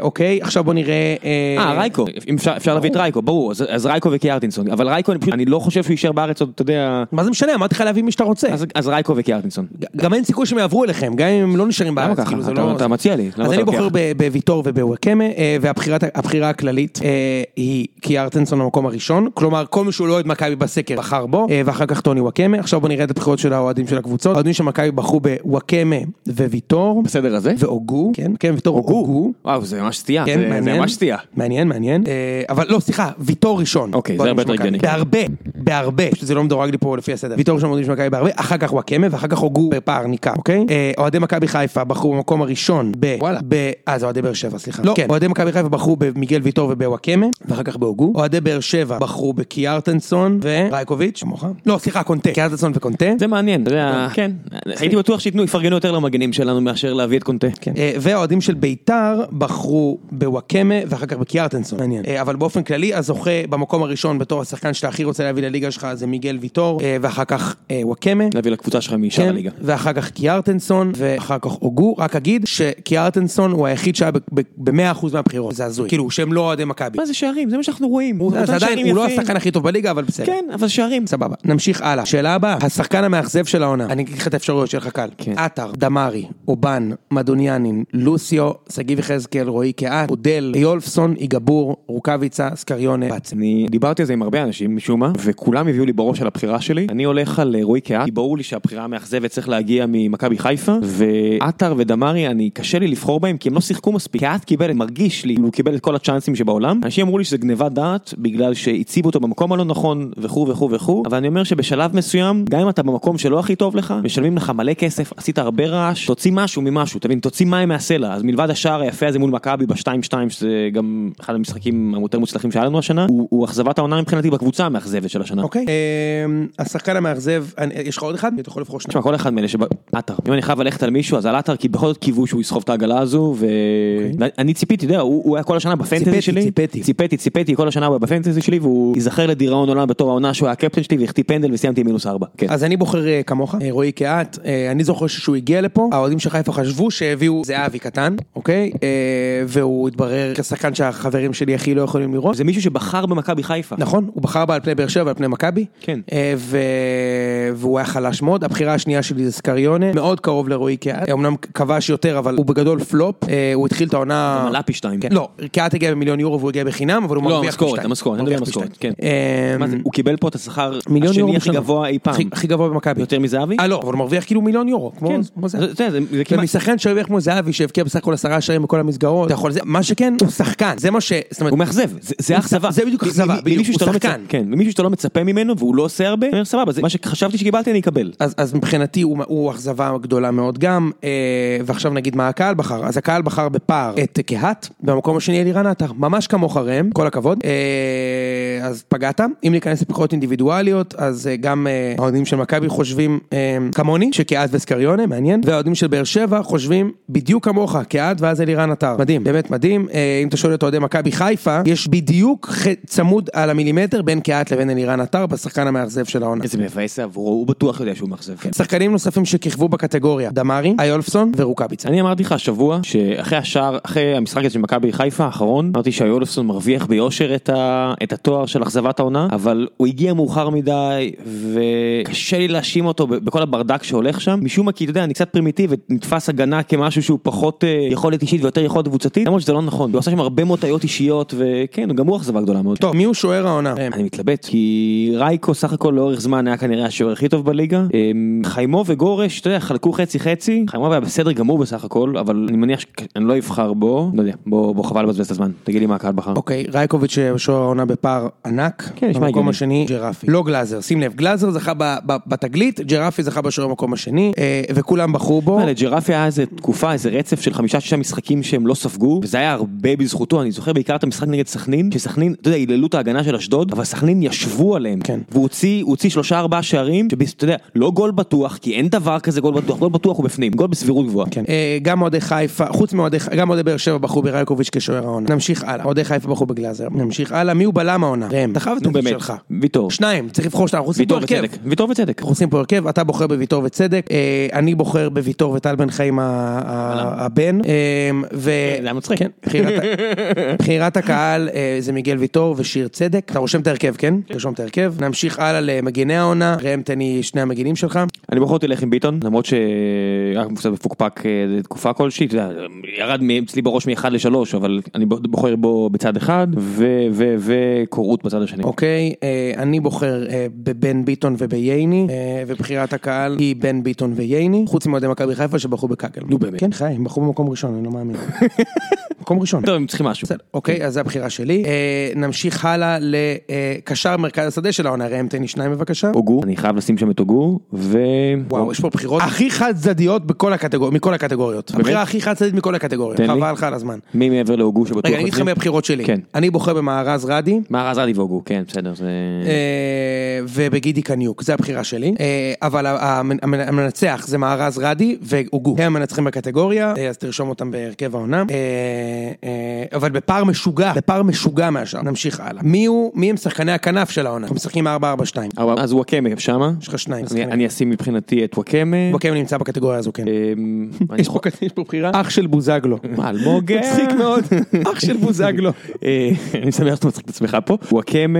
Speaker 2: אוקיי, עכשיו בוא נראה...
Speaker 1: אה, רייקו, אם אפשר אפשר להביא את רייקו, ברור, אז- אז רייקו וקיארטינסון, אבל רייקו, אני פשוט- אני לא חושב שהוא יישאר בארץ עוד, אתה יודע,
Speaker 2: מה זה משנה? אמרתי לך להביא מי שאתה רוצה.
Speaker 1: אז- אז רייקו וקיארטינסון.
Speaker 2: ג- גם אין סיכוי שהם יעברו אליכם, גם אם הם לא נשארים
Speaker 1: למה
Speaker 2: בארץ.
Speaker 1: ככה?
Speaker 2: כאילו, זה
Speaker 1: אתה-
Speaker 2: לא-
Speaker 1: אתה מציע לי, למה
Speaker 2: אז
Speaker 1: אתה
Speaker 2: אני בוחר
Speaker 1: לוקח?
Speaker 2: ב- בוויטור ובוואקמה, אה, והבחירת- הבחירה הכללית אה, היא קיארטנסון במקום הראשון, כלומר כל מי שהוא לא אוהד מכבי בסקר בחר בו, אה, ואחר כך טוני וואקמה, עכשיו בוא נראה את הבחירות של האוהדים של הקבוצות, האוהדים של מכבי בחרו בוואקמה וויטור,
Speaker 1: בסדר הזה?
Speaker 2: והוגו, כן, כן, ויטור הוגו.
Speaker 1: וואו, זה ממש סטייה,
Speaker 2: כן,
Speaker 1: זה- זה
Speaker 2: מעניין.
Speaker 1: ממש סטייה.
Speaker 2: מעניין, מעניין. אה, אבל לא, סליחה, ויטור ראשון.
Speaker 1: אוקיי, זה
Speaker 2: באוהדים
Speaker 1: הרבה
Speaker 2: של
Speaker 1: יותר
Speaker 2: מכבי.
Speaker 1: הגיוני.
Speaker 2: בהרבה, בהרבה, פשוט זה לא מדורג לי פה לפי הסדר. ויטור ראשון אוהדים של מכבי בהרבה, אחר כך וואקמה, ואחר כך הוגו בפער ניכר, אוקיי? אה, אוהדי מכבי חיפה בחרו במקום הראשון ב... וואלה. ב... אה, זה אוהדי באר שבע, סליחה. לא, כן, אוהדי מכבי חיפה בחרו במיגל ויטור ובוואקמה, ואחר כך בהוגו. אוהדי באר שבע בחרו בקיארטנסון ורייקוביץ', כמוך. לא, סליחה, קונטה. קיארטנסון וקונטה.
Speaker 1: זה מעניין, אתה יודע, כן, הייתי בטוח שייתנו, יפרגנו יותר למגנים שלנו מאשר להביא את קונטה.
Speaker 2: אה, והאוהדים של ביתר בחרו בוואקמה ואחר כך בקיארטנסון. מעניין. אה, אבל באופן כללי, הזוכה במקום הראשון בתור השחקן שאתה הכי רוצה להביא לליגה שלך זה מיגל ויטור, אה, ואחר כך אה, וואקמה.
Speaker 1: להביא לקבוצה שלך משאר
Speaker 2: כן,
Speaker 1: הליגה.
Speaker 2: ואחר כך קיארטנסון, ואחר כך הוגו, רק אגיד שקיארטנסון הוא היחיד שהיה ב-100% מהבחירות, זה הזוי, כאילו שהם לא אוהדי מכבי.
Speaker 1: מה זה שערים? זה מה שאנחנו רואים. הוא
Speaker 2: זה
Speaker 1: נותן
Speaker 2: עדיין,
Speaker 1: שערים
Speaker 2: הוא לא
Speaker 1: יפים.
Speaker 2: השחקן הכי טוב בליגה, אבל בסדר.
Speaker 1: כן, אבל שערים.
Speaker 2: סבבה, נמשיך הלאה. שאלה הבאה, השחקן המאכזב של העונה. אני אגיד לך את האפשרויות שיהיה לך קל.
Speaker 1: כן.
Speaker 2: עטר, דמארי, אובן, מדוניאנין, לוסיו, שגיב יחזקאל, רועי קהת, אודל, יולפסון, איגבור, רוקאביצה, סקריונה, בצן.
Speaker 1: אני דיברתי על זה עם הרבה אנשים משום מה, וכולם הביאו לי בראש על הבחירה שלי. אני הולך על אה, רועי קהת, כי ברור לי שהבחירה המאכזבת צריך להגיע ממכבי חיפה, ועטר ודמרי, אני קשה לי לבחור בהם כי הם לא שיחקו מספיק. קהת קיבל, מרגיש לי, הוא קיבל את כל הצ'אנסים שבעולם. אנשים אמרו לי שזה גניבת דעת, בגלל שהציבו אותו במקום הלא נכון, וכו' וכו' וכו', אבל אני אומר שבשלב מסוים, גם אם אתה במקום שלא הכי טוב לך, משלמים לך מלא כסף, עשית הרבה רעש, תוציא משהו ממשהו, תבין, תוציא מים מהסלע. אז מלבד השער היפה הזה מול מכבי ב-2-2, שזה גם אחד המשחקים היותר מוצלחים שהיה לנו השנה, הוא הוא אכזבת העונה מבחינתי בקבוצה המאכזבת של השנה.
Speaker 2: אוקיי. אמ, השחקן המאכזב, אני- יש לך עוד אחד? אתה יכול לבחור שניים.
Speaker 1: תשמע, כל אחד מאלה שבעטר. אם אני חייב ללכת על מישהו, אז על עטר, כי בכל זאת קיוו שהוא יסחוב את העגלה הזו, ו... ואני ציפיתי, אתה יודע, הוא הוא היה כל השנה
Speaker 2: אוקיי. ציפיתי,
Speaker 1: בפנטזי שלי.
Speaker 2: ציפיתי.
Speaker 1: ציפיתי, ציפיתי, כל השנה הוא היה בפנטזי שלי, והוא ייזכר לדיראון עולם בתור העונה שהוא היה הקפטן שלי, והחטיא פנדל וסיימתי עם מינוס ארבע. כן.
Speaker 2: אז אני בוחר אה, כמוך, אה, רועי קהת, אה, אני זוכר שכשהוא הגיע לפה, האוהדים של חיפה חשבו שהביאו זהבי קטן, אוקיי? אה, והוא התברר כשחקן שהחברים שלי הכי לא יכולים לראות.
Speaker 1: זה מישהו שבחר במכבי חיפה.
Speaker 2: נכון, הוא בחר בה על פני באר שבע ועל פני מכבי.
Speaker 1: כן.
Speaker 2: אה, ו... והוא היה חלש מאוד. הבחירה השנייה שלי זה סקריונה, מאוד קרוב לרועי קיאט. אמנם כבש יותר, אבל הוא בגדול פלופ. אה, הוא התחיל את העונה...
Speaker 1: גם עלה פי שתיים.
Speaker 2: כן. לא, קיאט הגיע במיליון יורו והוא הגיע בחינם, אבל הוא
Speaker 1: לא,
Speaker 2: מרוויח פי
Speaker 1: המשכורת,
Speaker 2: שתיים.
Speaker 1: המשכורת, אני מדבר על
Speaker 2: מרוויח פי
Speaker 1: המשכורת, כן.
Speaker 2: שתיים. אה,
Speaker 1: מה זה, הוא קיבל פה את השכר
Speaker 2: מיליון יורו
Speaker 1: השני הכי
Speaker 2: בשנה.
Speaker 1: גבוה אי פעם.
Speaker 2: הכי- הכי גבוה במכבי.
Speaker 1: יותר מזהבי?
Speaker 2: אה לא, אבל הוא מרוויח כאילו מיליון יורו. כמו-
Speaker 1: כן.
Speaker 2: כמו זה.
Speaker 1: זה- אתה יודע, זה- זה כמעט...
Speaker 2: ומשחקן שהרוויח כמו זהבי שהבקיע בסך הכל עשרה שערים בכל המסגרות, אתה יכול, זה- מה שכן, הוא שחקן, זה מה ש... זאת אומרת,
Speaker 1: הוא מאכזב, זה- זה אכזבה.
Speaker 2: זה בדיוק
Speaker 1: מ- מ-
Speaker 2: אכזבה,
Speaker 1: מ-
Speaker 2: בדיוק,
Speaker 1: ממישהו
Speaker 2: הוא
Speaker 1: שאתה לא מצפ-
Speaker 2: שחקן.
Speaker 1: כן, ממישהו שאתה לא מצפה ממנו והוא לא עושה הרבה, אני אומר, סבבה, זה מה שחשבתי שקיבלתי אני אקבל.
Speaker 2: אז, אז מבחינתי הוא, הוא אכזבה גדולה מאוד גם, אה, ועכשיו נגיד מה הקהל בחר. אז הקהל בחר בפער את קהת, במקום השני אלירן עטר, ממש כמוך ראם, כל הכבוד. אה, אז פגעת. אם ניכנס לבחירות אינדיבידואליות, אז אה, גם אה, האוהדים של מכבי חושבים אה, כמוני, שקהת וסקריונה, מעניין, והאוהדים של באר שבע חושבים בדיוק כמוך, קהת ואז אלירן עטר. מדהים, באמת מדהים. אה, אם אתה שואל את אוהדי מכבי חיפה, יש בדיוק ח... צמוד על המילימטר בין קהת לבין אלירן עטר, בשחקן המאכזב של העונה.
Speaker 1: איזה מבאס זה עבורו, הוא בטוח יודע שהוא מאכזב. כן.
Speaker 2: כן. שחקנים נוספים שכיכבו בקטגוריה, דמארי, איולפסון ורוקאביצה.
Speaker 1: אני אמרתי לך השבוע שאחרי השער, אחרי המשחק הזה של מכבי חיפה האחרון, אמרתי שהיולפסון מרוויח ביושר את, ה, את התואר של אכזבת העונה, אבל הוא הגיע מאוחר מדי וקשה לי להאשים אותו ב- בכל הברדק שהולך שם. משום מה כי אתה יודע, אני קצת פרימיטיבי, נתפס הגנה כמשהו שהוא פחות אה, יכולת אישית ויותר יכולת קבוצתית, למרות שזה לא נכון, הוא עשה שם הרבה מאוד טעויות אישיות וכן, גם הוא אכזבה גדולה מאוד.
Speaker 2: טוב, מי הוא שוער העונה? אה,
Speaker 1: אני מתלבט כי כי רייקו סך הכל לאורך זמן היה כנראה השוער הכי טוב בליגה. אמ, חיימו וגורש, אתה יודע, חלקו חצי חצי, חיימו היה בסדר גמור בסך הכל, אבל אני מניח שאני לא אבחר בו, לא יודע, בוא בוא, חבל לבזבז את הזמן, תגיד לי מה הקהל בחר.
Speaker 2: אוקיי, רייקוביץ' שוער העונה בפער ענק.
Speaker 1: כן, נשמע
Speaker 2: במקום
Speaker 1: הגיוני.
Speaker 2: השני, ג'רפי. לא גלאזר, שים לב, גלאזר זכה ב- ב- בתגלית, ג'רפי זכה בשוער במקום השני, אה, וכולם בחרו בו.
Speaker 1: מה, לג'רפי היה איזה תקופה, איזה רצף של חמישה שישה משחקים שהם לא ספגו, וזה היה הרבה בזכותו, אני זוכר בעיקר את המשחק נגד סכנין, שסכנין, אתה יודע, היללו את ההגנה של אשדוד, אבל סכנין ישבו עליהם,
Speaker 2: כן.
Speaker 1: והוא הוציא, הוא הוציא שלושה ארבעה שערים, שאתה יודע, לא גול בטוח, כי אין דבר כזה גול בטוח, גול בטוח הוא בפנים, גול בסבירות גבוהה.
Speaker 2: כן. אה, גם אוהדי חיפה, חוץ מאוהדי, ח- גם אוהדי באר שבע בחרו ברייקוביץ' כשוער העונה. נמשיך הלאה, אוהדי חיפה בחרו בגלאזר. נמשיך הלאה, מי הוא בלם העונה? ראם, תחב את
Speaker 1: נו
Speaker 2: זה
Speaker 1: באמת,
Speaker 2: שלך.
Speaker 1: ויטור,
Speaker 2: שניים, צריך לבחור שניים, אנחנו עושים פה
Speaker 1: ויטור
Speaker 2: הרכב.
Speaker 1: וצדק, ויטור וצדק.
Speaker 2: אנחנו עושים פה הרכב, אתה בוחר בוויטור וצדק, אה, אני בוחר בוויטור וטל בן חיים ה- ה- הבן. אה, ו-
Speaker 1: זה היה מצחיק.
Speaker 2: כן, בחירת ה- בחירת הקהל אה, זה מיגל ויטור ושיר צדק. אתה רושם את ההרכב, כן? תרשום את ההרכב. נמשיך הלאה למגיני העונה, ראם תן לי שני המגינים שלך.
Speaker 1: אני בכל זאת אלך עם ביטון, למרות שהיה קצת מפוקפק אה, איזה תקופה כלשהי, אתה יודע, ירד מ- אצלי בראש מ-1 ל-3, אבל אני בוחר בו בצד אחד, ו- ו- וקורות בצד השני.
Speaker 2: אוקיי, אה, אני בוחר אה, בבן ביטון ובייני, אה, ובחירת הקהל היא בן ביטון וייני, חוץ מאוהדי מכבי חיפה שבחרו בקאגל. נו באמת. כן, חיים, בחרו במקום ראשון, אני לא מאמין. מקום ראשון.
Speaker 1: טוב, הם צריכים משהו.
Speaker 2: בסדר, אוקיי, אז זו הבחירה שלי. אה, נמשיך הלאה לקשר מרכז השדה של העונה, ראם תן לי שניים בבקשה.
Speaker 1: הוגו, אני חייב לשים שם את הוגו, ו...
Speaker 2: וואו, יש פה בחירות הכי חד צדדיות בכל הקטגור... מכל הקטגוריות. הבחירה הכי חד צדדית מכל הקטגוריות,
Speaker 1: תן לי.
Speaker 2: חבל לך על הזמן.
Speaker 1: מי מעבר להוגו שבטוח...
Speaker 2: רגע, אני אגיד לך
Speaker 1: מצליח?
Speaker 2: מהבחירות שלי.
Speaker 1: כן.
Speaker 2: אני בוחר במארז רדי.
Speaker 1: מה רז עדי והוגו, כן, בסדר, זה...
Speaker 2: אה, ובגידי קניוק, זה הבחירה שלי. אה, אבל ה- ה- המנ- המנצח זה מארז רדי והוגו. הם המנצחים בקטגוריה, אה, אז תרשום אותם בהרכב העונה. אה, אה, אבל בפער משוגע, בפער משוגע מהשאר. נמשיך הלאה. מי הוא- מי הם שחקני הכנף של העונה? אנחנו משחקים 4-4-2.
Speaker 1: אבל אז וואקמה שמה?
Speaker 2: יש לך שניים.
Speaker 1: אני- אני אשים מבחינתי את וואקמה.
Speaker 2: וואקמה נמצא בקטגוריה הזו, כן.
Speaker 1: אמ, אני
Speaker 2: יש פה
Speaker 1: יכול-
Speaker 2: כ- יש פה בחירה. אח של בוזגלו.
Speaker 1: מה, אלמוג?
Speaker 2: מצחיק מאוד. אח של בוזגלו.
Speaker 1: אה, אני שמח שאתה מצחיק את עצמך פה. וואקמה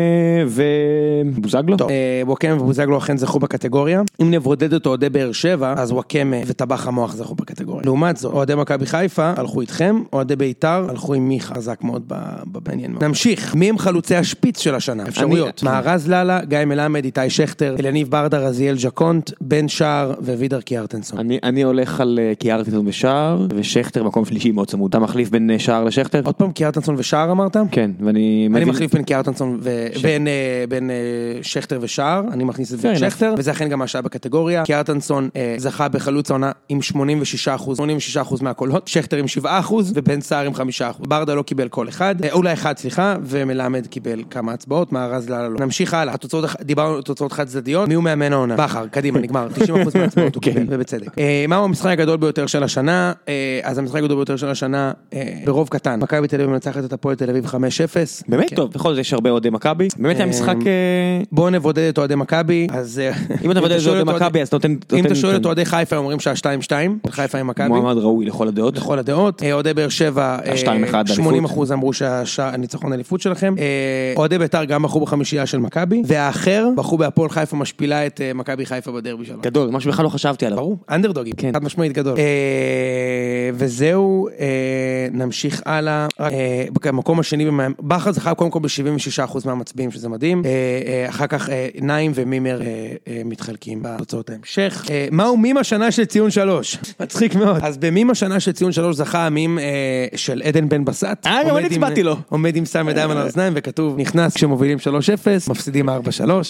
Speaker 1: ובוזגלו?
Speaker 2: טוב, אה, וואקמה ובוזגלו אכן זכו בקטגוריה. אם נבודד את אוהדי באר שבע, אז וואקמה וטבח המוח זכו בקטגוריה. לעומת זאת, אוהדי מכבי חיפה הלכו איתכם, אוהדי ביתר הלכו עם מיכה חזק מאוד ב- בעניין מאוד. נמשיך, מי הם חלוצי השפיץ של השנה? אפשרויות. מארז לאלה, גיא מלמד, איתי שכטר, אלניב ברדה, רזיאל ג'קונט, בן שער ווידר קיארטנסון.
Speaker 1: אני אני הולך על אה, קיארטינון ושער, ושכטר מקום שלישי מאוד צמוד. אתה מחליף בין אה, שער לשכטר?
Speaker 2: עוד פעם קיארטנסון ושער אמרת?
Speaker 1: כן, ואני...
Speaker 2: אני
Speaker 1: מבין-
Speaker 2: מחליף בין קיארטנסון ו... בין, אה, בין אה, שכטר ושער, אני מכניס את
Speaker 1: Fair
Speaker 2: בן
Speaker 1: enough.
Speaker 2: שכטר, וזה אכן גם מה שהיה בקטגוריה. קיארטנסון אה, זכה בחלוץ העונה עם 86 אחוז, 86 אחוז מהקולות, שכטר עם 7 אחוז ובן סער עם 5 אחוז. ברדה לא קיבל קול אחד, אה, אולי אחד סליחה, ומלמד קיבל כמה הצבעות, מארז לאללה לא. נמשיך הלאה, התוצאות, הח- דיברנו על תוצאות חד צדדיות, מי הוא מאמן העונה? בכר, קדימה, נגמר, 90 אחוז מההצבעות
Speaker 1: כן.
Speaker 2: הוא קיבל, ובצדק. אה, מהו המשחק הגדול ביותר של השנה? אה, אז המשחק הגדול ביותר של השנה, אה, ברוב קטן, מכבי תל אביב מנצחת את הפועל תל אביב 5-0.
Speaker 1: באמת טוב, בכל זאת יש הרבה אוהדי מכבי. באמת היה משחק... אה,
Speaker 2: בואו נבודד את אוהדי מכבי, אז... אה,
Speaker 1: אם אתה מבודד את
Speaker 2: שואל
Speaker 1: אוהדי מכבי, אז נותן...
Speaker 2: אם אתה
Speaker 1: נותן-
Speaker 2: שואל את
Speaker 1: נותן-
Speaker 2: אוהדי חיפה, אומרים שה-2-2, חיפה עם מכבי,
Speaker 1: מועמד ראוי לכל הדעות.
Speaker 2: לכל הדעות. אה, אוהדי באר שבע, אה,
Speaker 1: ה-2-1 אליפות.
Speaker 2: 80 אחוז אמרו שהניצחון האליפות שלכם. אה, אוהדי בית"ר גם בחרו בחמישייה של מכבי, והאחר בחרו בהפועל חיפה משפילה את אה, מכבי חיפה בדרבי שלנו.
Speaker 1: גדול, משהו בכלל לא חשבתי עליו.
Speaker 2: ברור, אנדרדוגים,
Speaker 1: כן.
Speaker 2: חד משמעית גדול. אה, וזהו, אה, נמשיך הלאה. רק, אה, במקום השני, במאמ- בכר זכה קודם כל ב-76% מהמצביעים, שזה מדהים. אה, אה, אחר כך אה, נעים ומימר אה, אה, מתחלקים בתוצאות ההמשך. אה, מהו מים השנה של ציון שלוש? מצחיק מאוד. אז במים השנה של ציון שלוש זכה המים אה, של עדן בן בסט.
Speaker 1: אה, גם
Speaker 2: עומד
Speaker 1: אני
Speaker 2: עם-
Speaker 1: הצבעתי לו.
Speaker 2: עומד עם סמי דם על האוזניים וכתוב נכנס כשמובילים 3-0 מפסידים 4-3.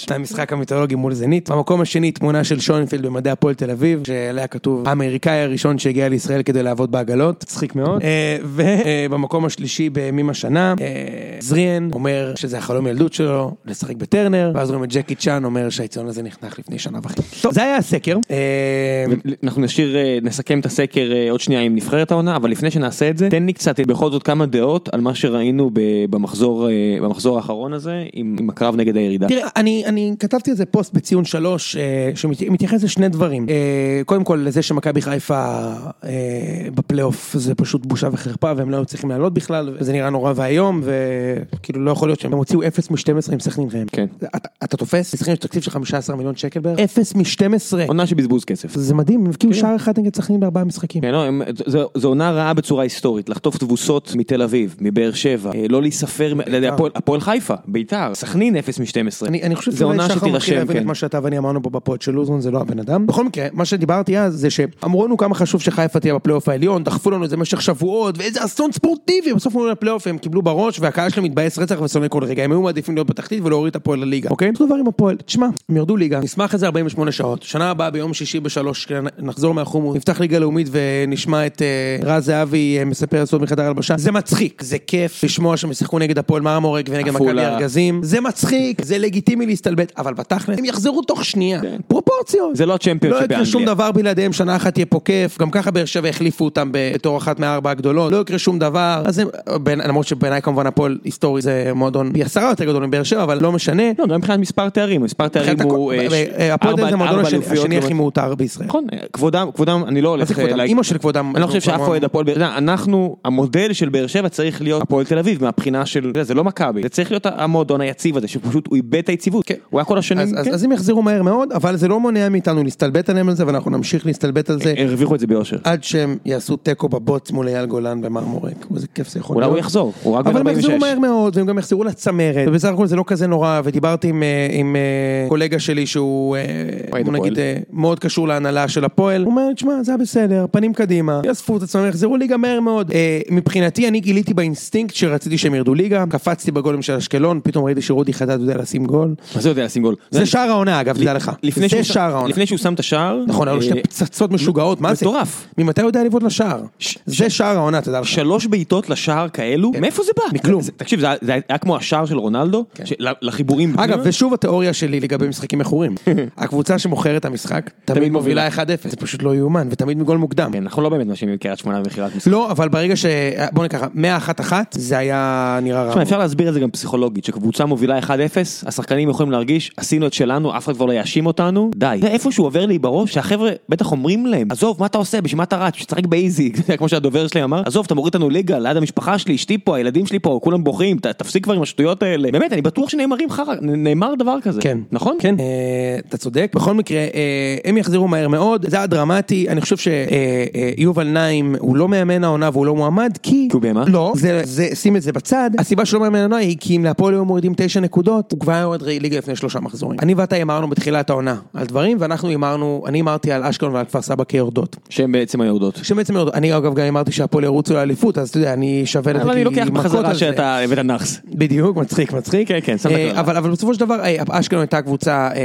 Speaker 2: זה המשחק המיתולוגי מול זנית. במקום השני תמונה של שונפילד במדעי הפועל תל אביב שעליה כתוב האמריקאי הראשון שהגיע לישראל כדי לעבוד בעגלות. אה, מצחיק מאוד. ובמקום השלישי בימים השנה אה, זריאן אומר שזה החלום ילדות שלו לשחק בטרנר ואז רואים את ג'קי צ'אן אומר שהיציאון הזה נחנך לפני שנה וחצי. טוב זה היה הסקר. אה,
Speaker 1: אנחנו נשאיר, אה, נסכם את הסקר אה, עוד שנייה עם נבחרת העונה, אבל לפני שנעשה את זה, תן לי קצת בכל זאת כמה דעות על מה שראינו ב- במחזור אה, במחזור האחרון הזה, עם עם הקרב נגד הירידה.
Speaker 2: תראה, אני, אני כתבתי איזה פוסט בציון שלוש, אה, שמתייחס לשני דברים. אה, קודם כל, לזה שמכבי חיפה אה, בפלייאוף זה פשוט בושה וחרפה, והם לא היו צריכים לעלות בכלל, וזה נראה נורא ואיום, וכאילו לא יכול להיות שהם הוציאו 0 מ-12 עם סכנין ראם.
Speaker 1: כן.
Speaker 2: אתה, אתה תופס? סכנין יש תקציב של 15 מיליון שקל בערך? 0 חוץ מ-12.
Speaker 1: עונה של בזבוז כסף.
Speaker 2: זה מדהים, הם כאילו שער אחד נגד סכנין בארבעה משחקים.
Speaker 1: כן, לא, הם- זו- זו עונה רעה בצורה היסטורית, לחטוף תבוסות מתל אביב, מבאר שבע, אה, לא להיספר, מ- לא יודע, הפועל- הפועל חיפה, ביתר, סכנין 0 מ-12.
Speaker 2: אני, אני חושב
Speaker 1: זו
Speaker 2: שאולי
Speaker 1: עונה
Speaker 2: שחר מתחיל
Speaker 1: שתירשם,
Speaker 2: להבין
Speaker 1: כן.
Speaker 2: את מה שאתה ואני אמרנו פה בפוד, שלוזון זה לא הבן אדם. בכל מקרה, מה שדיברתי אז זה שאמרו לנו כמה חשוב שחיפה תהיה בפלייאוף העליון, דחפו לנו את זה במשך שבועות, ואיזה אסון ספורטיבי, בסוף אמרו לפלייאוף, הם קיבלו בראש, והקהל שלהם התבאס רצח ושונא כל רגע, הם היו מעדיפים להיות בתחתית ולהוריד את הפועל לליגה, אוקיי? אותו דבר עם הפועל, תשמע, הם ירדו ליגה, נשמח איזה 48 שעות, שנה הבאה ביום שישי בשלוש, כן, נחזור מהחומוס, נפתח ליגה לאומית ונשמע את אה, רז זהבי אה, מספר סוד מחדר הלבשה, זה מצחיק, זה כיף לשמוע שהם שיחקו נגד הפועל מרמורק ונגד מכבי
Speaker 1: עפולה.
Speaker 2: ארגז. ארגזים, זה מצחיק, זה לגיטימי להסתלבט, אבל בתכל'ס, הם יחזרו תוך שנייה. פרופורציות.
Speaker 1: כן. זה לא הצ'מפיונס
Speaker 2: לא יקרה
Speaker 1: שבאנגליה.
Speaker 2: שום דבר בלעדיהם, שנה אחת יהיה פה כיף, גם ככה באר שבע החליפו אותם בתור אחת מהארבע הגדולות, לא יקרה שום דבר, אז הם, בין- למרות שבעיניי כמובן הפועל היסטורי זה מועדון פי עשרה יותר גדול מבאר שבע, אבל לא משנה.
Speaker 1: לא, גם מבחינת מספר תארים, מספר תארים
Speaker 2: מבחינת
Speaker 1: הוא...
Speaker 2: הכל-
Speaker 1: אה, ש-
Speaker 2: אה, אה, הפועל
Speaker 1: ארבע-
Speaker 2: זה המועדון
Speaker 1: ארבע
Speaker 2: השני-
Speaker 1: אליפויות
Speaker 2: השני
Speaker 1: לעומת-
Speaker 2: הכי מעוטר בישראל.
Speaker 1: נכון, אה, כבודם, כבודם, אני לא
Speaker 2: מה
Speaker 1: הולך
Speaker 2: זה
Speaker 1: אה,
Speaker 2: כבודם?
Speaker 1: להגיד-
Speaker 2: אימא של כבודם.
Speaker 1: אני לא חושב שאף
Speaker 2: כמובן-
Speaker 1: אוהד הפועל באר שבע, אנחנו, המודל של באר שבע צריך להיות הפועל תל אביב מהבחינה של, אתה יודע, זה לא מכבי, זה צריך להיות המועדון היציב הזה, שפשוט הוא איבד את היציבות,
Speaker 2: כן.
Speaker 1: הוא היה כל השנים,
Speaker 2: אז- אז-
Speaker 1: כן.
Speaker 2: אז הם יחזרו מהר מאוד, אבל זה לא מונע מאיתנו להסתלבט עליהם על זה, ואנחנו נמשיך להסתלבט על זה. אה,
Speaker 1: הרוויחו את זה ביושר.
Speaker 2: עד שהם יעשו תיקו בבוץ מול אייל גולן במרמורק, איזה כיף זה יכול
Speaker 1: אולי
Speaker 2: להיות.
Speaker 1: הוא יחזור, הוא רק בן
Speaker 2: אבל הם
Speaker 1: 46.
Speaker 2: יחזרו מהר מאוד, והם גם יחזרו לצמרת, ובסך הכל זה לא כזה נורא, ודיברתי עם, אה, עם אה, קולגה שלי שהוא, אה,
Speaker 1: אוהד
Speaker 2: בוא נגיד,
Speaker 1: הפועל.
Speaker 2: אה, מאוד קשור להנהלה של הפועל, הוא אומר, תשמע, זה היה בסדר, פנים קדימה, יאספו את עצמם, יחזרו ליגה מהר מאוד. אה, מבחינתי, אני גיליתי באינסטינקט שרציתי שהם ירדו ליגה, קפצתי בגולים של אשקלון, פתאום ראיתי שרודי חדד יודע לשים גול.
Speaker 1: מה זה יודע לשים גול?
Speaker 2: זה שער העונה, אגב, תדע לך.
Speaker 1: לפני
Speaker 2: זה
Speaker 1: שהוא-
Speaker 2: שער העונה.
Speaker 1: לפני שהוא שם את השער,
Speaker 2: נכון, היו לו
Speaker 1: אה,
Speaker 2: שתי פצצות משוגעות, מה זה?
Speaker 1: מטורף.
Speaker 2: ממתי הוא יודע לבעוט לשער?
Speaker 1: ש-
Speaker 2: זה שער העונה, תדע לך.
Speaker 1: שלוש בעיטות לשער כאלו, מאיפה זה בא?
Speaker 2: כן. מכלום. כן.
Speaker 1: זה- תקשיב, זה היה- זה היה כמו השער של רונלדו, של- לחיבורים.
Speaker 2: אגב,
Speaker 1: פנימה.
Speaker 2: ושוב התיאוריה שלי לגבי משחקים מכורים. הקבוצה שמוכרת את המשחק, תמיד מובילה 1-0, זה פשוט לא יאומן, ותמיד מגול מוקדם.
Speaker 1: כן, אנחנו לא באמת מאשימים את קריית שמונה במכירת משחק.
Speaker 2: לא, אבל ברגע ש... בוא נקרא, 101-1, זה היה נראה רע.
Speaker 1: תשמע, אפשר להסביר את זה גם פסיכולוגית, שקבוצה מובילה 1-0, השחקנים יכולים להרגיש, עשינו את שלנו, אף אחד כבר לא יאשים אותנו, די. זה איפשהו עובר לי בראש, שהחבר'ה בטח אומרים להם, עזוב, מה אתה עושה, בשביל מה אתה רץ, שתשחק באיזי, כמו שהדובר שלהם אמר, עזוב, אתה מוריד אותנו ליגה, ליד המשפחה שלי, אשתי פה, הילדים שלי פה, כולם בוכים, ת- תפסיק כבר עם השטויות האלה. באמת, אני בטוח שנאמרים חרא, נ- נאמר דבר כזה.
Speaker 2: כן.
Speaker 1: נכון?
Speaker 2: כן. אה, אתה צודק. בכל מקרה, אה, הם יחזרו מהר מאוד, זה היה דרמטי, אני חושב שיובל נעים הוא לא מאמן העונה והוא לא מועמד, כי...
Speaker 1: כי הוא בהמה?
Speaker 2: לא, זה, זה, שים את זה בצד. הסיבה שלא מאמן העונה היא כי אם להפועל היו מורידים תשע נקודות, הוא כבר היה יורד ליגה לפני שלושה מחזורים. אני ואתה הימרנו בתחילת העונה על דברים, ואנחנו הימרנו, אני הימרתי על אשקלון ועל כפר סבא כיורדות.
Speaker 1: שהם בעצם היורדות.
Speaker 2: שהם בעצם יורדות. אני אגב גם הימרתי שהפועל ירוצו לאליפות, אז אתה יודע, אני שווה לתת לי
Speaker 1: אבל אני
Speaker 2: מכות על זה.
Speaker 1: לוקח בחזרה שאתה הבאת נאחס.
Speaker 2: בדיוק, מצחיק, מצחיק.
Speaker 1: כן, כן, שם את
Speaker 2: אה,
Speaker 1: הקללה.
Speaker 2: אבל, אבל בסופו של דבר, אה, אשקלון הייתה קבוצה אה, אה,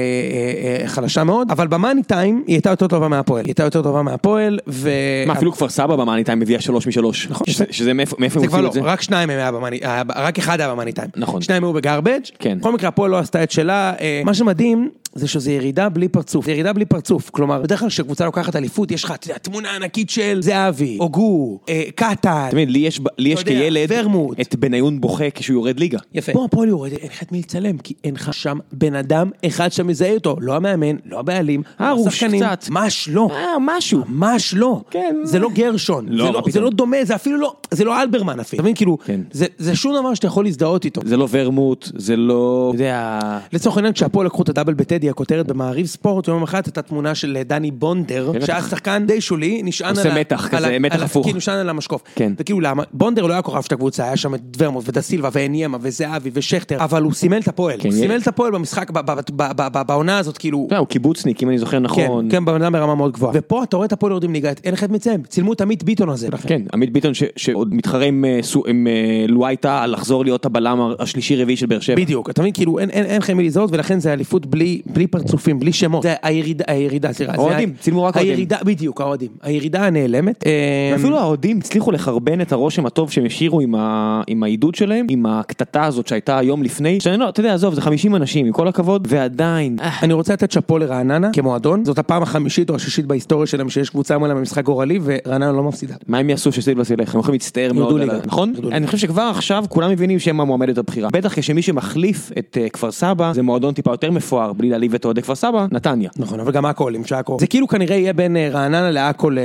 Speaker 2: אה, חלשה מאוד, אבל במאני טיים היא הייתה יותר טובה מהפועל. היא הייתה יותר טובה מהפועל, ו...
Speaker 1: מה, אפילו כפר סבא במאני טיים הביאה שלוש משלוש.
Speaker 2: נכון.
Speaker 1: שזה- שזה מאיפה מאיפה הם
Speaker 2: זה כבר
Speaker 1: הוציאו
Speaker 2: לא,
Speaker 1: את זה?
Speaker 2: רק שניים הם היה במאני, היה- רק אחד היה במאני טיים.
Speaker 1: נכון.
Speaker 2: שניים היו בגארבג'.
Speaker 1: כן.
Speaker 2: בכל מקרה, הפועל לא עשתה את שלה. אה, מה שמדהים, זה שזו ירידה בלי פרצוף. זה ירידה בלי פרצוף. כלומר, בדרך כלל כשקבוצה לוקחת אליפות, יש לך, אתה יודע, תמונה ענקית של זהבי, הוגו, אה, קטן.
Speaker 1: תמיד, לי יש, לי יש
Speaker 2: יודע,
Speaker 1: כילד
Speaker 2: ורמוט.
Speaker 1: את בניון בוכה כשהוא יורד ליגה.
Speaker 2: יפה. פה הפועל יורד, אין לך את מי לצלם, כי אין לך שם בן אדם אחד שמזהה אותו. לא המאמן, לא הבעלים, לא
Speaker 1: הרוש
Speaker 2: השחקנים.
Speaker 1: קצת.
Speaker 2: ממש לא.
Speaker 1: אה, משהו.
Speaker 2: ממש לא.
Speaker 1: כן.
Speaker 2: זה לא גרשון.
Speaker 1: לא,
Speaker 2: זה
Speaker 1: מה פתאום.
Speaker 2: זה לא דומה, זה אפילו לא, זה לא אלברמן אפילו. אתה מבין, כאילו,
Speaker 1: כן.
Speaker 2: זה, זה שום דבר שאתה יכול להזדהות איתו.
Speaker 1: זה לא ורמוט, זה לא... אתה יודע...
Speaker 2: לצורך העניין, כשהפועל לקחו את הדאבל בטדי, הכותרת במעריב ספורט, יום אחד הייתה תמונה של אה, דני בונדר,
Speaker 1: כן,
Speaker 2: שהיה
Speaker 1: בטח.
Speaker 2: שחקן די שולי, נשען
Speaker 1: עושה
Speaker 2: על... ה-
Speaker 1: מתח
Speaker 2: על
Speaker 1: כזה,
Speaker 2: ה-
Speaker 1: מתח
Speaker 2: על ה-
Speaker 1: הפוך.
Speaker 2: כאילו נשען על המשקוף.
Speaker 1: כן.
Speaker 2: וכאילו למה, בונדר לא היה כוכב של הקבוצה, היה שם את דברמוט ודסילבה ואניאמה וזהבי ושכטר, אבל הוא סימל את הפועל.
Speaker 1: כן,
Speaker 2: הוא
Speaker 1: יש-
Speaker 2: סימל את הפועל במשחק, ב- ב- ב- ב- ב- בעונה הזאת, כאילו...
Speaker 1: אתה יודע, לא, הוא קיבוצניק, אם אני זוכר
Speaker 2: כן,
Speaker 1: נכון.
Speaker 2: כן, בן אדם ברמה מאוד גבוהה. ופה אתה רואה את הפועל יורדים ליגה, אין לך את מי לציין, צילמו את עמית ביטון הזה.
Speaker 1: כן, עמית ביטון ש- שעוד מתחרה עם, אה, סו- עם אה, לואייטה על לחזור להיות הבלם השלישי-רביעי של באר שבע.
Speaker 2: בדיוק, אתה מבין? כאילו אין- אין אין לכם מי לזהות ולכן זה אליפות בלי בלי פרצופים, בלי שמות. זה הירידה, הירידה, סליחה. זה
Speaker 1: האוהדים,
Speaker 2: ה-
Speaker 1: צילמו רק אוהדים.
Speaker 2: הירידה, בדיוק, האוהדים. הירידה הנעלמת. אה,
Speaker 1: אפילו האוהדים הצליחו לחרבן את הרושם הטוב שהם השאירו עם, ה... עם העידוד שלהם, עם הקטטה הזאת שהייתה יום לפני, שאני לא, אתה יודע, עזוב, זה 50 אנשים, עם כל הכבוד, ועדיין, אה,
Speaker 2: אני רוצה לתת שאפו לרעננה כמועדון, זאת הפעם החמישית או השישית בהיסטוריה שלהם שיש קבוצה מולה במשחק גורלי ורעננה לא מפסידה.
Speaker 1: מה הם יעשו שסילבס ילך? הם הולכים להצטער מאוד, על
Speaker 2: ליגה.
Speaker 1: ה- נכון?
Speaker 2: ירדו ליגה.
Speaker 1: אני חושב שכבר עכשיו כולם מבינים שהם המועמדת הבכירה. בטח כשמי שמחליף את אה, כפר סבא זה מועדון טיפה יותר מפואר, בלי להעליב את אוהדי כפר סבא, נתניה.
Speaker 2: נכון, אבל גם עכו עולים, שעכו. זה כאילו כנראה יהיה בין אה, רעננה לעכו ל...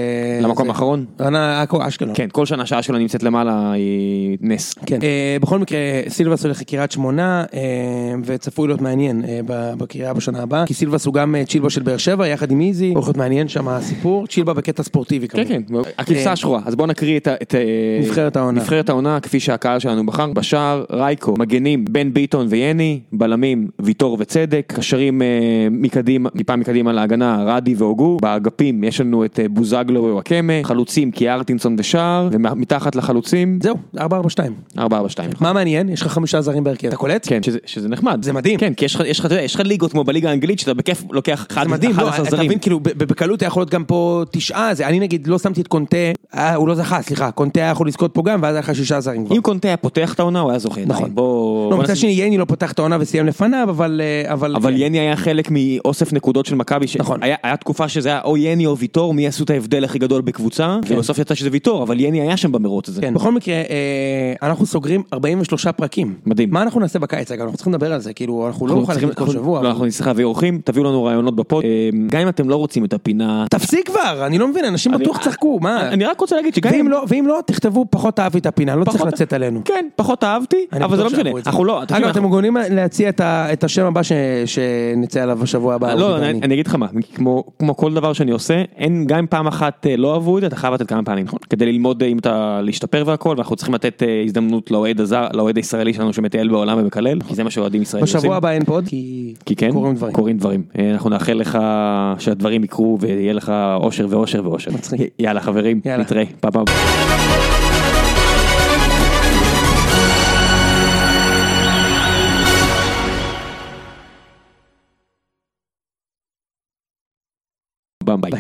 Speaker 1: למקום
Speaker 2: זה-
Speaker 1: האחרון?
Speaker 2: רעננה, עכו, אשקלון.
Speaker 1: כן, כל שנה שעה שלו נמצאת למעלה היא נס.
Speaker 2: כן. אה, בכל מקרה, סילבס הולך לקריית שמונה, אה, וצפוי להיות מעניין אה, ב- בקריאה בשנה הבאה, כי סילבס הוא גם אה, צ'ילבה של באר שבע, יחד עם איזי, הולך להיות מעניין שם הסיפור, צ'ילבה בקטע ספורטיבי
Speaker 1: כן,
Speaker 2: כמובן.
Speaker 1: כן, הכבשה השחורה. אז בואו נקריא את ה- את... אה,
Speaker 2: נבחרת העונה.
Speaker 1: נבחרת העונה, כפי שהקהל שלנו בחר, בשער, רייקו, מגנים, בן ביטון ויני, בלמים, ויטור וצדק, קשרים אה, מקדימה, טיפה מקדימה להגנה, רדי והוגו, באגפים יש לנו את אה, בוזגלו וואקמה, חלוצים קיארטינסון ושער, ומתחת לחלוצים,
Speaker 2: זהו, 4-4-2.
Speaker 1: 4 4 2
Speaker 2: מה מעניין? יש לך חמישה זרים בהרכב. אתה קולט?
Speaker 1: כן, שזה, שזה נחמד.
Speaker 2: זה מדהים.
Speaker 1: כן, כי יש לך, יש לך, אתה יודע, יש לך ליגות כמו בליגה האנגלית, שאתה בכיף לוקח אחד,
Speaker 2: זה מדהים,
Speaker 1: אחד
Speaker 2: לא,
Speaker 1: עשר
Speaker 2: אתה
Speaker 1: זרים.
Speaker 2: מבין, כאילו, ב- ב- בקלות היה יכול להיות גם פה תשעה, זה- אני נגיד לא שמתי את קונטה, אה, הוא לא זכה, סליחה, קונטה היה יכול לזכות פה גם, ואז היה לך שישה זרים כבר.
Speaker 1: אם קונטה היה פותח את העונה, הוא היה זוכה.
Speaker 2: נכון.
Speaker 1: די, בוא...
Speaker 2: לא,
Speaker 1: בוא
Speaker 2: מצד
Speaker 1: נשים-
Speaker 2: שני, יני לא פתח את העונה וסיים לפניו, אבל... אה,
Speaker 1: אבל
Speaker 2: כן.
Speaker 1: יני היה חלק מאוסף נקודות של מכבי, ש-
Speaker 2: נכון.
Speaker 1: היה- היה תקופה שזה היה או יני או ויטור, מי יעשו את ההבדל הכי גדול בקבוצה, ובסוף יצא שזה ויטור, אבל יני היה שם במרוץ הזה.
Speaker 2: כן, בכל מקרה, אה, אנחנו סוגרים 43 פרקים.
Speaker 1: מדהים.
Speaker 2: מה אנחנו נעשה בקיץ, אגב? אנחנו צריכים לדבר על זה, כאילו, אנחנו לא
Speaker 1: אנחנו
Speaker 2: נוכל
Speaker 1: צריכים-
Speaker 2: להגיד כל
Speaker 1: אנחנו-
Speaker 2: שבוע.
Speaker 1: לא,
Speaker 2: אבל-
Speaker 1: אנחנו נצטרך להביא אורחים, תביאו לנו רעיונות בפוד. אה, גם אם אתם לא רוצים את הפינה...
Speaker 2: תפסיק כבר, אני לא מבין, אנשים
Speaker 1: אני-
Speaker 2: בטוח צחקו, מה?
Speaker 1: אני רק רוצה להגיד שגם
Speaker 2: ואם לא- ואם לא, תכתבו פחות אהבתי את הפינה, לא צריך
Speaker 1: פחות-
Speaker 2: לצאת עלינו.
Speaker 1: כן, פחות אהבתי,
Speaker 2: אני
Speaker 1: אבל זה לא
Speaker 2: בטוח
Speaker 1: משנה.
Speaker 2: שאהבו את זה.
Speaker 1: אנחנו לא... תקשיב,
Speaker 2: אגב,
Speaker 1: אנחנו-
Speaker 2: אתם מגונים להציע את ה- את השם הבא ש- שנצא עליו בשבוע הבא.
Speaker 1: לא,
Speaker 2: אורי
Speaker 1: אני,
Speaker 2: ואני.
Speaker 1: אני אגיד לך מה, כמו, כמו כל דבר שאני עושה, אין, גם אם פעם אחת אה, לא אהבו את זה, אתה חייב לתת כמה פעמים, נכון? כדי ללמוד אה, אם אתה להשתפר והכל, ואנחנו צריכים לתת אה, הזדמנות לאוהד הזר, לאוהד הישראלי שלנו שמטייל בעולם ומקלל, כי זה מה שאוהדים ישראלים עושים.
Speaker 2: בשבוע הבא אין פוד, כי
Speaker 1: כי כן,
Speaker 2: קורים דברים.
Speaker 1: קורים דברים. אה, אנחנו נאחל לך שהדברים יקרו ויהיה לך אושר ואושר ואושר.
Speaker 2: מצחיק.
Speaker 1: י- יאללה חברים,
Speaker 2: יאללה.
Speaker 1: נתראה, פעם פעם. ביי.